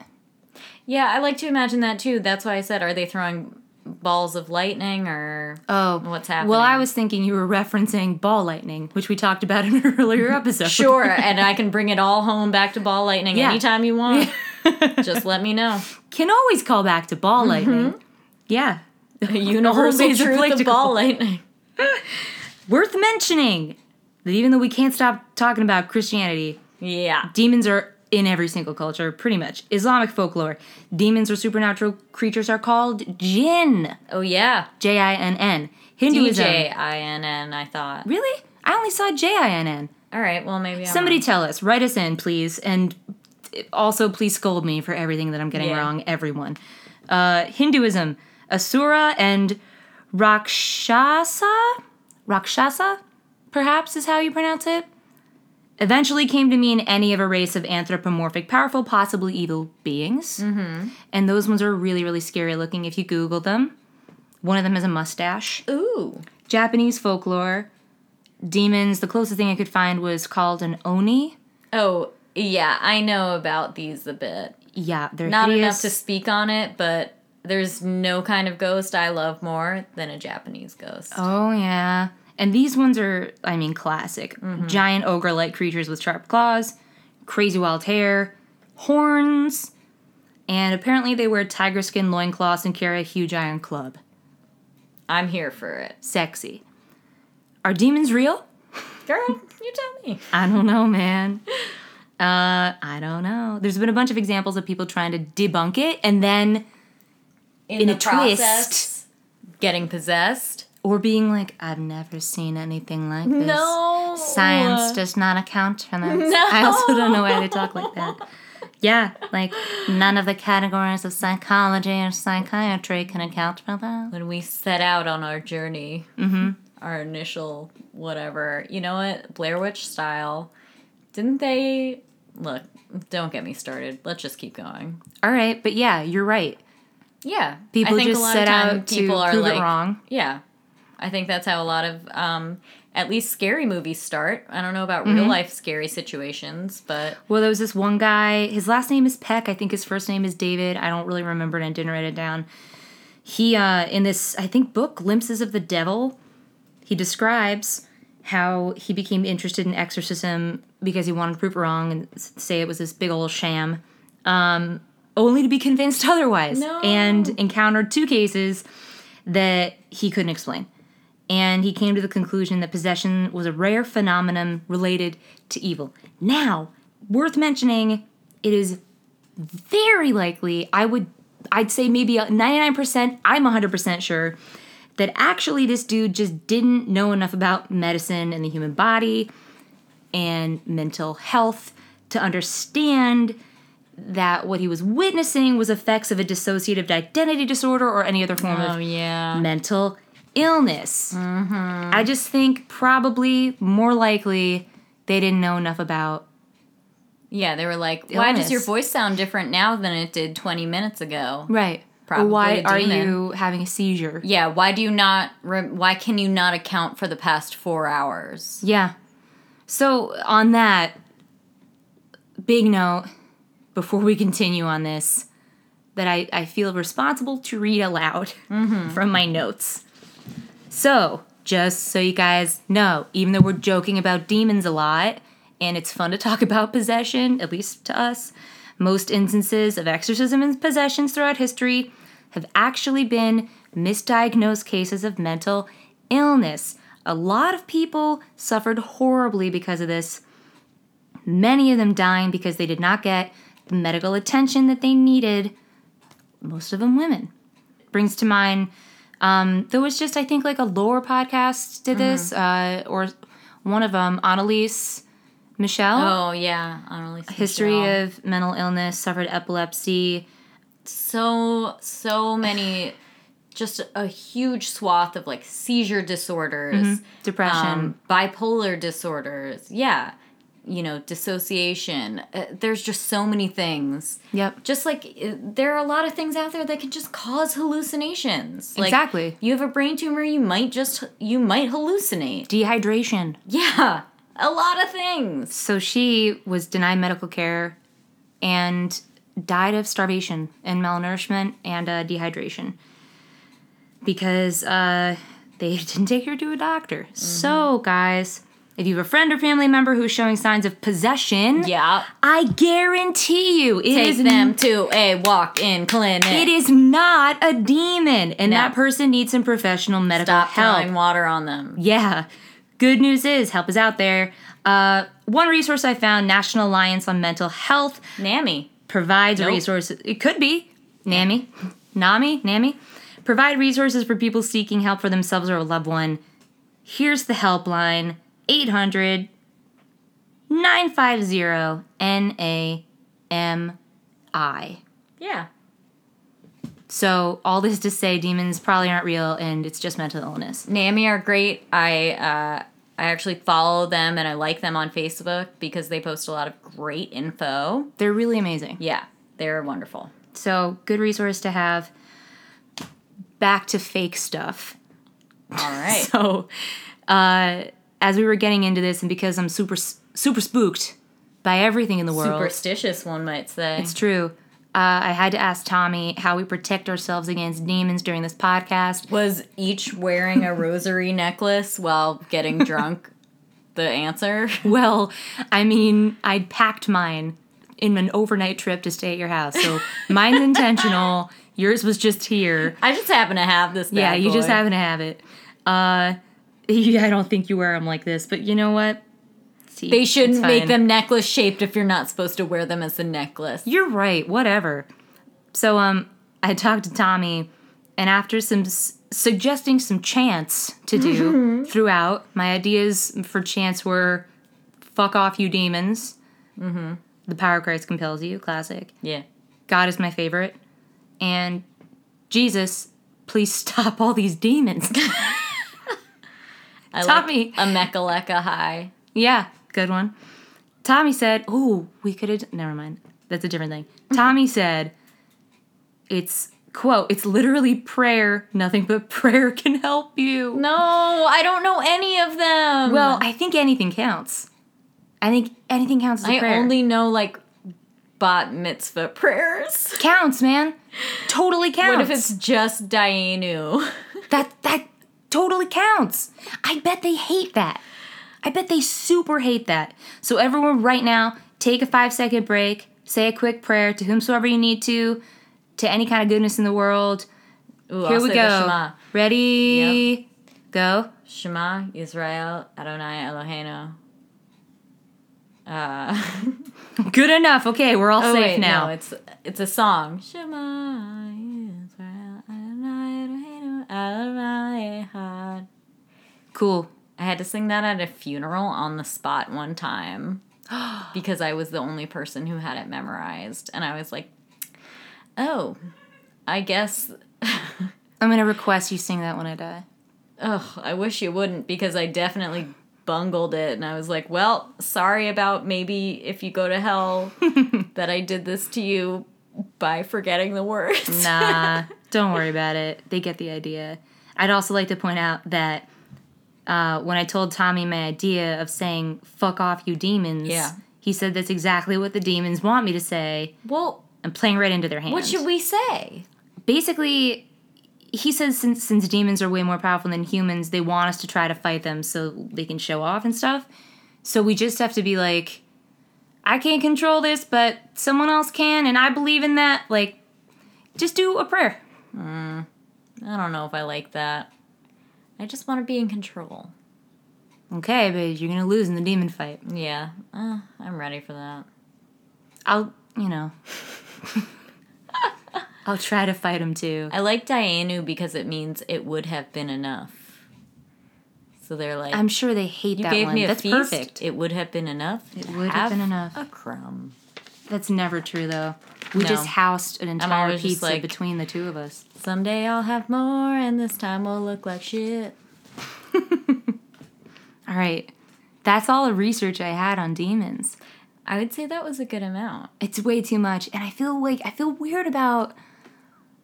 Speaker 2: Yeah, I like to imagine that too. That's why I said, are they throwing balls of lightning or
Speaker 1: Oh,
Speaker 2: what's happening?
Speaker 1: well, I was thinking you were referencing ball lightning, which we talked about in an earlier episode.
Speaker 2: sure, and I can bring it all home back to ball lightning
Speaker 1: Yeah.
Speaker 2: anytime you want. just let me know.
Speaker 1: Can always call back to ball lightning. Yeah,
Speaker 2: The universal
Speaker 1: day's
Speaker 2: truth of
Speaker 1: applicable.
Speaker 2: ball lightning.
Speaker 1: worth mentioning that even though we can't stop talking about Christianity,
Speaker 2: Yeah.
Speaker 1: demons are in every single culture, pretty much. Islamic folklore, demons or supernatural creatures are called jinn,
Speaker 2: Oh yeah.
Speaker 1: J I N N. Hinduism.
Speaker 2: DJ I N N. I thought.
Speaker 1: Really? I only saw J I N N.
Speaker 2: All right. Well, maybe I'm
Speaker 1: Somebody tell us. Write us in, please, and also please scold me for everything that I'm getting
Speaker 2: Yeah.
Speaker 1: wrong. Everyone, uh, Hinduism, Asura and Rakshasa, Rakshasa, perhaps is how you pronounce it. Eventually came to mean any of a race of anthropomorphic, powerful, possibly evil beings. Mm-hmm. And those ones are really, really scary looking if you Google them. One of them has a mustache.
Speaker 2: Ooh.
Speaker 1: Japanese folklore, demons, the closest thing I could find was called an oni.
Speaker 2: Oh yeah, I know about these a bit.
Speaker 1: Yeah, they're
Speaker 2: Not enough
Speaker 1: hideous.
Speaker 2: to speak on it, but there's no kind of ghost I love more than a Japanese ghost.
Speaker 1: Oh yeah. And these ones are, I mean, classic.
Speaker 2: Mm-hmm.
Speaker 1: Giant ogre-like creatures with sharp claws, crazy wild hair, horns, and apparently they wear tiger skin loincloths and carry a huge iron club.
Speaker 2: I'm here for it.
Speaker 1: Sexy. Are demons real?
Speaker 2: Girl, you tell me.
Speaker 1: I don't know, man. Uh, I don't know. There's been a bunch of examples of people trying to debunk it and then In a twist.
Speaker 2: getting possessed.
Speaker 1: or being like, I've never seen anything like this.
Speaker 2: No.
Speaker 1: Science does not account for this.
Speaker 2: Oh, uh, No.
Speaker 1: I also don't know why they talk like that. Yeah, like none of the categories of psychology or psychiatry can account for that.
Speaker 2: When we set out on our journey,
Speaker 1: Mm-hmm.
Speaker 2: our initial whatever, you know what? Blair Witch style. Didn't they? Look, don't get me started. Let's just keep going.
Speaker 1: All right, but yeah, you're right.
Speaker 2: Yeah.
Speaker 1: People
Speaker 2: I think
Speaker 1: just
Speaker 2: a lot
Speaker 1: set
Speaker 2: of time
Speaker 1: out
Speaker 2: people
Speaker 1: to
Speaker 2: are
Speaker 1: prove
Speaker 2: like,
Speaker 1: it wrong.
Speaker 2: Yeah. I think that's how a lot of um, at least scary movies start. I don't know about real life scary situations, but
Speaker 1: Well, there was this one guy. His last name is Peck. I think his first name is David. I don't really remember it. I didn't write it down. He, uh, in this, I think, book, Glimpses of the Devil, he describes how he became interested in exorcism because he wanted to prove wrong and s- say it was this big old sham, um, only to be convinced otherwise.
Speaker 2: No.
Speaker 1: And encountered two cases that he couldn't explain. And he came to the conclusion that possession was a rare phenomenon related to evil. Now, worth mentioning, it is very likely, I would I'd say maybe 99%, I'm 100% sure that actually this dude just didn't know enough about medicine and the human body and mental health to understand that what he was witnessing was effects of a dissociative identity disorder or any other form of
Speaker 2: Oh, yeah.
Speaker 1: mental illness.
Speaker 2: Mm-hmm.
Speaker 1: I just think probably more likely they didn't know enough about.
Speaker 2: Yeah, they were like, "Why does
Speaker 1: Illness.
Speaker 2: your voice sound different now than it did 20 minutes ago?"
Speaker 1: Right.
Speaker 2: Probably
Speaker 1: why
Speaker 2: a
Speaker 1: are
Speaker 2: demon.
Speaker 1: you having a seizure?
Speaker 2: Yeah, why do you not re- why can you not account for the past 4 hours?
Speaker 1: Yeah. So, on that, big note before we continue on this that I, I feel responsible to read aloud from my notes. So, just so you guys know, even though we're joking about demons a lot and it's fun to talk about possession, at least to us, Most instances of exorcism and possessions throughout history have actually been misdiagnosed cases of mental illness. A lot of people suffered horribly because of this, many of them dying because they did not get the medical attention that they needed, most of them women. Brings to mind um, there was just, I think, like a lore podcast did this, uh, or one of them, Annalise Michelle.
Speaker 2: Oh yeah, Annalise.
Speaker 1: History
Speaker 2: Michelle.
Speaker 1: of mental illness, suffered epilepsy.
Speaker 2: so so many, just a huge swath of like seizure disorders,
Speaker 1: Depression.
Speaker 2: um, bipolar disorders. Yeah, you know, dissociation. Uh, there's just so many things.
Speaker 1: Yep.
Speaker 2: Just like uh, there are a lot of things out there that can just cause hallucinations. Like,
Speaker 1: Exactly.
Speaker 2: You have a brain tumor, you might just you might hallucinate.
Speaker 1: Dehydration.
Speaker 2: Yeah, a lot of things.
Speaker 1: So she was denied medical care and died of starvation and malnourishment and uh, dehydration because uh, they didn't take her to a doctor.
Speaker 2: Mm-hmm.
Speaker 1: So, guys, if you have a friend or family member who's showing signs of possession,
Speaker 2: Yeah.
Speaker 1: I guarantee you it is
Speaker 2: Take them to a walk-in clinic.
Speaker 1: It is not a demon, and that person needs some professional medical
Speaker 2: Stop
Speaker 1: help.
Speaker 2: throwing water on them.
Speaker 1: Yeah. Good news is help is out there. Uh, one resource I found, National Alliance on Mental Health,
Speaker 2: Nammy.
Speaker 1: provides
Speaker 2: Nope.
Speaker 1: resources. It could be NAMI, NAMI, NAMI. Provide resources for people seeking help for themselves or a loved one. Here's the helpline 800 950 NAMI.
Speaker 2: Yeah.
Speaker 1: So, all this to say, demons probably aren't real and it's just mental illness.
Speaker 2: Nammy are great. I uh, I actually follow them and I like them on Facebook because they post a lot of great info.
Speaker 1: They're really amazing.
Speaker 2: Yeah, they're wonderful.
Speaker 1: So, good resource to have. Back to fake stuff.
Speaker 2: All right.
Speaker 1: So, uh, as we were getting into this, and because I'm super super spooked by everything in the world,
Speaker 2: Superstitious, one might say.
Speaker 1: it's true. Uh, I had to ask Tommy how we protect ourselves against demons during this podcast.
Speaker 2: Was each wearing a rosary necklace while getting drunk? the answer.
Speaker 1: Well, I mean, I packed mine in an overnight trip to stay at your house, so mine's intentional. Yours was just here.
Speaker 2: I just happen to have this.
Speaker 1: Yeah,
Speaker 2: bad
Speaker 1: you just
Speaker 2: boy.
Speaker 1: happen to have it. Uh, yeah, I don't think you wear them like this, but you know what? See,
Speaker 2: They
Speaker 1: it's
Speaker 2: shouldn't make
Speaker 1: fine.
Speaker 2: them necklace shaped if you're not supposed to wear them as a necklace.
Speaker 1: You're right. Whatever. So um, I talked to Tommy, and after some s- suggesting some chants to do throughout, my ideas for chants were, "Fuck off, you demons." Mm-hmm. The power of Christ compels you. Classic.
Speaker 2: Yeah.
Speaker 1: God is my favorite, and Jesus, please stop all these demons.
Speaker 2: I
Speaker 1: Tommy.
Speaker 2: Like a Mechaleka high.
Speaker 1: Yeah, good one. Tommy said, "Oh, we could have." Never mind. That's a different thing. Tommy said, "It's quote. It's literally prayer. Nothing but prayer can help you."
Speaker 2: No, I don't know any of them.
Speaker 1: Well, I think anything counts. I think anything counts as a
Speaker 2: I
Speaker 1: prayer.
Speaker 2: only know like bat mitzvah prayers.
Speaker 1: counts, man. Totally counts.
Speaker 2: What if it's just Dainu?
Speaker 1: that? That totally counts. I bet they hate that. I bet they super hate that. So everyone, right now, take a five second break. Say a quick prayer to whomsoever you need to. to any kind of goodness in the world.
Speaker 2: Ooh,
Speaker 1: Here
Speaker 2: I'll
Speaker 1: we
Speaker 2: say
Speaker 1: go.
Speaker 2: the Shema.
Speaker 1: Ready? Go.
Speaker 2: Shema Israel Adonai Eloheinu. Uh,
Speaker 1: Good enough. Okay, we're all
Speaker 2: oh,
Speaker 1: safe
Speaker 2: wait,
Speaker 1: now.
Speaker 2: No, it's it's a song. Shema Israel Adonai Eloheinu Adonai Echad.
Speaker 1: cool.
Speaker 2: I had to sing that at a funeral on the spot one time because I was the only person who had it memorized. And I was like, oh, I guess,
Speaker 1: I'm gonna request you sing that when I die.
Speaker 2: ugh, I wish you wouldn't because I definitely bungled it. And I was like, well, sorry about maybe if you go to hell that I did this to you by forgetting the words.
Speaker 1: Nah, don't worry about it. They get the idea. I'd also like to point out that uh, when I told Tommy my idea of saying "fuck off, you demons,"
Speaker 2: Yeah.
Speaker 1: he said that's exactly what the demons want me to say.
Speaker 2: Well,
Speaker 1: I'm playing right into their hands.
Speaker 2: what should we say?
Speaker 1: basically he says since since demons are way more powerful than humans they want us to try to fight them so they can show off and stuff so we just have to be like I can't control this, but someone else can, and I believe in that. Like, just do a prayer.
Speaker 2: I don't know if I like that. I just want to be in control.
Speaker 1: Okay, but you're gonna lose in the demon fight.
Speaker 2: Yeah, uh, I'm ready for that.
Speaker 1: I'll, you know, I'll try to fight him too.
Speaker 2: I like Dianu because it means it would have been enough. So they're like,
Speaker 1: I'm sure they hate
Speaker 2: you
Speaker 1: that
Speaker 2: gave
Speaker 1: one.
Speaker 2: me a
Speaker 1: That's
Speaker 2: feast.
Speaker 1: perfect.
Speaker 2: It would have been enough.
Speaker 1: It would have been enough.
Speaker 2: A crumb.
Speaker 1: That's never true though. We
Speaker 2: No.
Speaker 1: just housed an entire
Speaker 2: always just
Speaker 1: pizza
Speaker 2: like-
Speaker 1: between the two of us.
Speaker 2: Someday I'll have more, and this time we'll look like shit.
Speaker 1: All right, that's all the research I had on demons.
Speaker 2: I would say that was a good amount.
Speaker 1: It's way too much, and I feel like I feel weird about.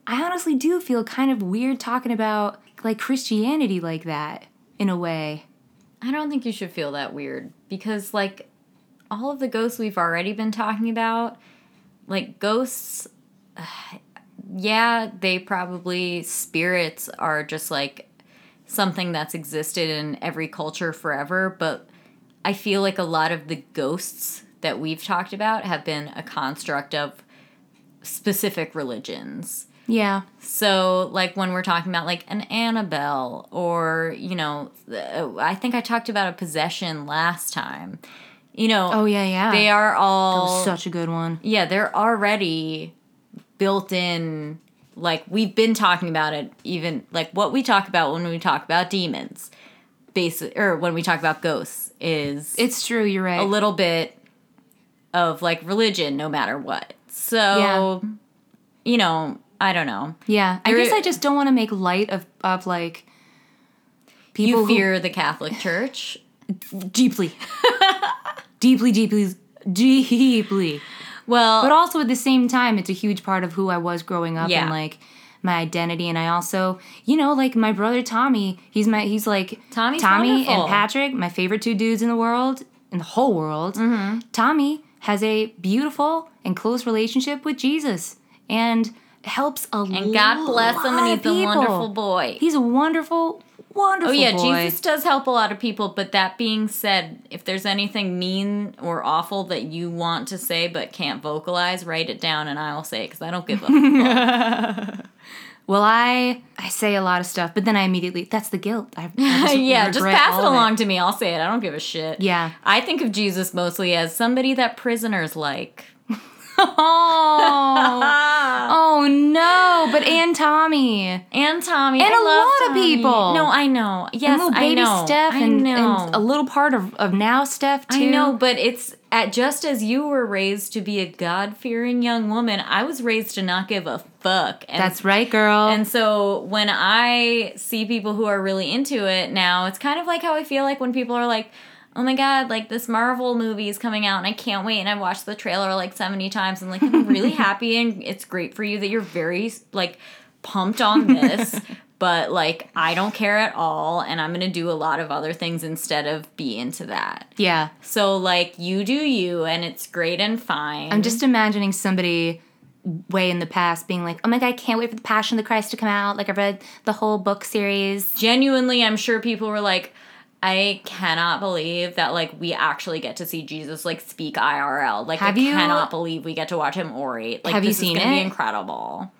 Speaker 1: I honestly do feel kind of weird talking about like Christianity like that in a way.
Speaker 2: I don't think you should feel that weird because, like, all of the ghosts we've already been talking about, like, ghosts, yeah, they probably, spirits are just like something that's existed in every culture forever, but I feel like a lot of the ghosts that we've talked about have been a construct of specific religions.
Speaker 1: Yeah,
Speaker 2: So, like when we're talking about like an Annabelle, or you know, th- I think I talked about a possession last time. You know,
Speaker 1: Oh, yeah, yeah.
Speaker 2: they are all
Speaker 1: such a good one.
Speaker 2: yeah, they're already built in. Like we've been talking about it, even like what we talk about when we talk about demons, basic or when we talk about ghosts is
Speaker 1: It's true. You're right.
Speaker 2: a little bit of like religion, no matter what. So,
Speaker 1: Yeah.
Speaker 2: you know, I don't know.
Speaker 1: Yeah, I
Speaker 2: There
Speaker 1: guess
Speaker 2: i-
Speaker 1: I just don't want to make light of of like people
Speaker 2: you fear the Catholic Church.
Speaker 1: who deeply, deeply, deeply, deeply.
Speaker 2: Well,
Speaker 1: But also at the same time, it's a huge part of who I was growing up
Speaker 2: Yeah.
Speaker 1: and like my identity. And I also, you know, like my brother Tommy. He's my he's like
Speaker 2: Tommy's
Speaker 1: Tommy
Speaker 2: wonderful.
Speaker 1: and Patrick, my favorite two dudes in the world, in the whole world.
Speaker 2: Mm-hmm.
Speaker 1: Tommy has a beautiful and close relationship with Jesus and helps a
Speaker 2: and God bless him, and he's a wonderful boy.
Speaker 1: He's a wonderful, wonderful
Speaker 2: oh yeah,
Speaker 1: boy.
Speaker 2: Jesus does help a lot of people. But that being said, if there's anything mean or awful that you want to say but can't vocalize, write it down, and I will say it because I don't give a.
Speaker 1: Well, I I say a lot of stuff, but then I immediately that's the guilt. I, I just
Speaker 2: yeah, just
Speaker 1: regret
Speaker 2: pass it
Speaker 1: all of
Speaker 2: along to me. I'll say it. I don't give a shit.
Speaker 1: Yeah.
Speaker 2: I think of Jesus mostly as somebody that prisoners like.
Speaker 1: Oh,
Speaker 2: Ah.
Speaker 1: oh no! But and Tommy and
Speaker 2: And Tommy
Speaker 1: And
Speaker 2: I
Speaker 1: a
Speaker 2: love
Speaker 1: lot of
Speaker 2: Tommy.
Speaker 1: people.
Speaker 2: No, I know. Yes,
Speaker 1: little
Speaker 2: I
Speaker 1: baby
Speaker 2: know.
Speaker 1: Steph
Speaker 2: I
Speaker 1: and,
Speaker 2: know.
Speaker 1: and a little part of, of now Steph too.
Speaker 2: I know, but it's at just as you were raised to be a God fearing young woman, I was raised to not give a fuck. And,
Speaker 1: That's right, girl.
Speaker 2: and so when I see people who are really into it now, it's kind of like how I feel like when people are like, Oh my god, like this Marvel movie is coming out and I can't wait and I've watched the trailer like 70 times and like I'm really happy and it's great for you that you're very like pumped on this, but like I don't care at all and I'm going to do a lot of other things instead of be into that.
Speaker 1: yeah,
Speaker 2: So like you do you and it's great and fine.
Speaker 1: I'm just imagining somebody way in the past being like, "Oh my god, I can't wait for the Passion of the Christ to come out." Like I read the whole book series.
Speaker 2: genuinely I'm sure people were like I cannot believe that like we actually get to see Jesus like speak IRL. Like
Speaker 1: Have
Speaker 2: I
Speaker 1: you-
Speaker 2: cannot believe we get to watch him orate. Like
Speaker 1: Have you
Speaker 2: this
Speaker 1: seen
Speaker 2: is gonna
Speaker 1: it?
Speaker 2: be incredible.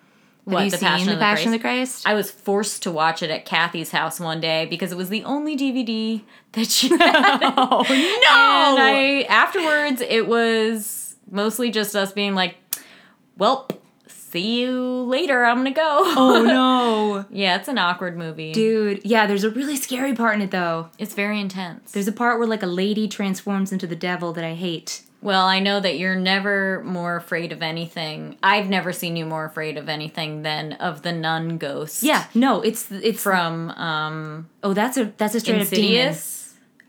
Speaker 1: Have
Speaker 2: What
Speaker 1: you seen the Passion of the Christ?
Speaker 2: I was forced to watch it at Kathy's house one day because it was the only DVD that she had. oh no! And I afterwards it was mostly just us being like, "Well, see you later. I'm gonna go."
Speaker 1: Oh no.
Speaker 2: yeah, it's an awkward movie.
Speaker 1: Dude, yeah, there's a really scary part in it though.
Speaker 2: It's very intense.
Speaker 1: There's a part where like a lady transforms into the devil that I hate.
Speaker 2: well, I know that you're never more afraid of anything. I've never seen you more afraid of anything than of the nun ghost.
Speaker 1: Yeah, no, it's it's
Speaker 2: From um
Speaker 1: oh that's a that's a straight
Speaker 2: Insidious.
Speaker 1: up demon.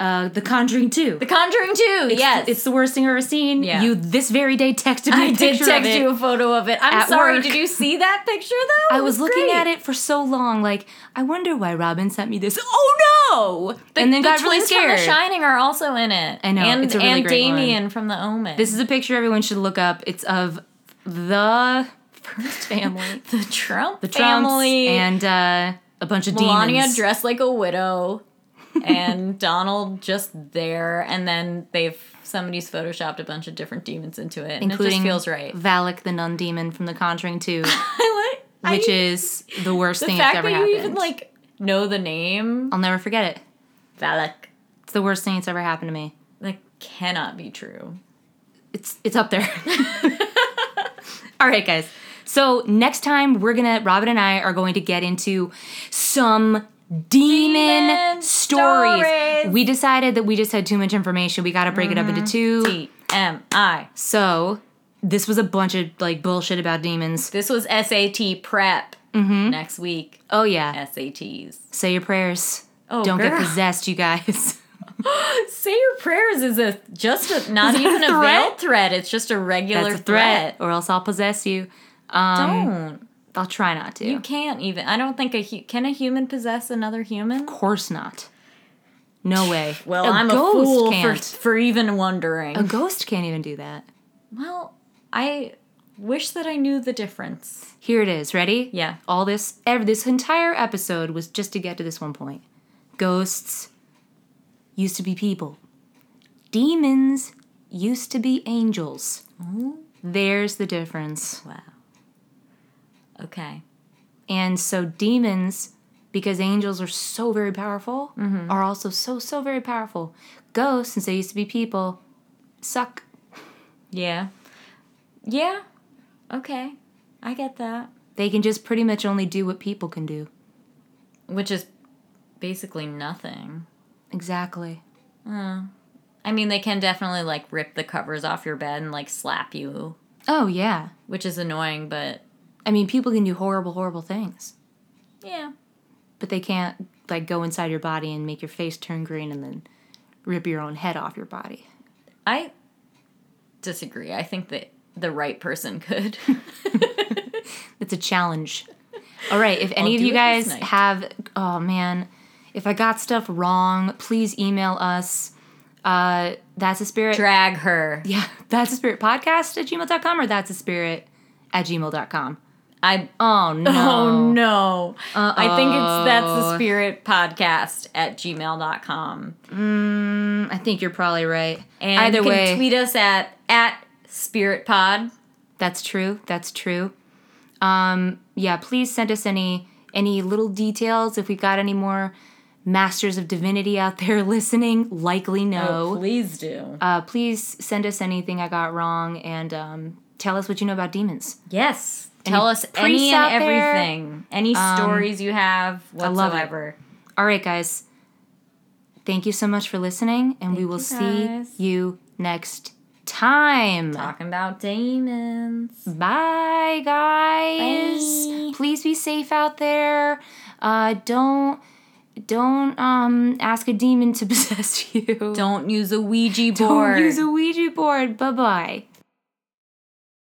Speaker 1: Uh, The Conjuring Two.
Speaker 2: The Conjuring 2. yes.
Speaker 1: it's the worst thing I've ever seen.
Speaker 2: Yeah.
Speaker 1: You this very day texted me. a
Speaker 2: I did
Speaker 1: picture of
Speaker 2: text
Speaker 1: it.
Speaker 2: you a photo of it. I'm
Speaker 1: At
Speaker 2: sorry.
Speaker 1: work.
Speaker 2: Did you see that picture though?
Speaker 1: I was, looking at it for so long, like I wonder why Robin sent me this. Oh no! and then
Speaker 2: the
Speaker 1: got really
Speaker 2: twins from
Speaker 1: scared.
Speaker 2: The Shining are also in it.
Speaker 1: I know,
Speaker 2: And
Speaker 1: it's a really
Speaker 2: and
Speaker 1: great one.
Speaker 2: Damien from The Omen.
Speaker 1: This is a picture everyone should look up. It's of the first family,
Speaker 2: the Trump. The
Speaker 1: Trumps
Speaker 2: family.
Speaker 1: and uh, a bunch of
Speaker 2: Melania
Speaker 1: demons.
Speaker 2: dressed like a widow. and Donald just there, and then they've somebody's photoshopped a bunch of different demons into it, and
Speaker 1: including
Speaker 2: it just feels right.
Speaker 1: Valak the nun demon from The Conjuring 2,
Speaker 2: I like
Speaker 1: which
Speaker 2: I,
Speaker 1: is the worst
Speaker 2: the
Speaker 1: thing
Speaker 2: fact
Speaker 1: that's ever
Speaker 2: that
Speaker 1: happened.
Speaker 2: you even like know the name
Speaker 1: I'll never forget it.
Speaker 2: Valak
Speaker 1: It's the worst thing that's ever happened to me.
Speaker 2: that cannot be true.
Speaker 1: It's it's up there. All right, guys. So next time we're gonna Robin and I are going to get into some demon,
Speaker 2: Demon
Speaker 1: stories.
Speaker 2: stories.
Speaker 1: We decided that we just had too much information. We got to break it up into two.
Speaker 2: D M I.
Speaker 1: So this was a bunch of like bullshit about demons.
Speaker 2: This was SAT prep. Next week,
Speaker 1: Oh yeah.
Speaker 2: SATs.
Speaker 1: Say your prayers.
Speaker 2: Oh,
Speaker 1: Don't get
Speaker 2: girl.
Speaker 1: possessed, you guys.
Speaker 2: Say your prayers is a just a, not
Speaker 1: Is that
Speaker 2: even
Speaker 1: a
Speaker 2: a
Speaker 1: threat?
Speaker 2: veiled threat. It's just a regular
Speaker 1: That's a
Speaker 2: threat. Oh.
Speaker 1: threat, or else I'll possess you. Um,
Speaker 2: Don't.
Speaker 1: I'll try not to.
Speaker 2: You can't even. I don't think a hu- can a human possess another human.
Speaker 1: of course not. No way.
Speaker 2: Well,
Speaker 1: i
Speaker 2: I'm a fool for for even wondering.
Speaker 1: A ghost can't even do that.
Speaker 2: well, I wish that I knew the difference.
Speaker 1: Here it is. Ready?
Speaker 2: Yeah.
Speaker 1: All this, ev- this entire episode was just to get to this one point. Ghosts used to be people. Demons used to be angels. There's the difference.
Speaker 2: Oh, Wow. Okay.
Speaker 1: And so demons, because angels are so very powerful,
Speaker 2: Mm-hmm.
Speaker 1: are also so so very powerful. Ghosts, since they used to be people, suck.
Speaker 2: Yeah. Yeah. Okay. I get that.
Speaker 1: They can just pretty much only do what people can do.
Speaker 2: Which is basically nothing.
Speaker 1: Exactly.
Speaker 2: I mean, they can definitely like rip the covers off your bed and like slap you,
Speaker 1: Oh yeah.
Speaker 2: which is annoying, but
Speaker 1: I mean, people can do horrible, horrible things,
Speaker 2: yeah.
Speaker 1: but they can't like go inside your body and make your face turn green and then rip your own head off your body.
Speaker 2: I disagree. I think that the right person could.
Speaker 1: It's a challenge. All right, if any
Speaker 2: I'll
Speaker 1: of
Speaker 2: do
Speaker 1: you
Speaker 2: it this
Speaker 1: guys
Speaker 2: night.
Speaker 1: have, oh man, if I got stuff wrong, please email us. Uh, that's a spirit.
Speaker 2: Drag her.
Speaker 1: yeah, that's a spirit podcast at gmail.com or that's a spirit at gmail.com.
Speaker 2: I.
Speaker 1: Oh no.
Speaker 2: Oh no. I think it's that's
Speaker 1: Uh-oh.
Speaker 2: the spirit podcast at gmail.com.
Speaker 1: I think you're probably right.
Speaker 2: And
Speaker 1: Either
Speaker 2: you can
Speaker 1: way,
Speaker 2: tweet us at at spirit pod.
Speaker 1: That's true. That's true. Um, yeah, please send us any any little details if we got any more masters of divinity out there listening. Likely no.
Speaker 2: Oh, please do.
Speaker 1: Uh, please send us anything I got wrong and um, tell us what you know about demons.
Speaker 2: yes. Tell us
Speaker 1: priests
Speaker 2: any
Speaker 1: out
Speaker 2: and
Speaker 1: there?
Speaker 2: everything. Any stories you have
Speaker 1: love it.
Speaker 2: whatsoever.
Speaker 1: All right, guys. Thank you so much for listening, and we will see
Speaker 2: guys.
Speaker 1: you next time.
Speaker 2: Talking about demons.
Speaker 1: Bye, guys.
Speaker 2: Bye.
Speaker 1: Please be safe out there. Uh, don't don't um ask a demon to possess you.
Speaker 2: Don't use a Ouija board.
Speaker 1: Don't use a Ouija board. Bye bye.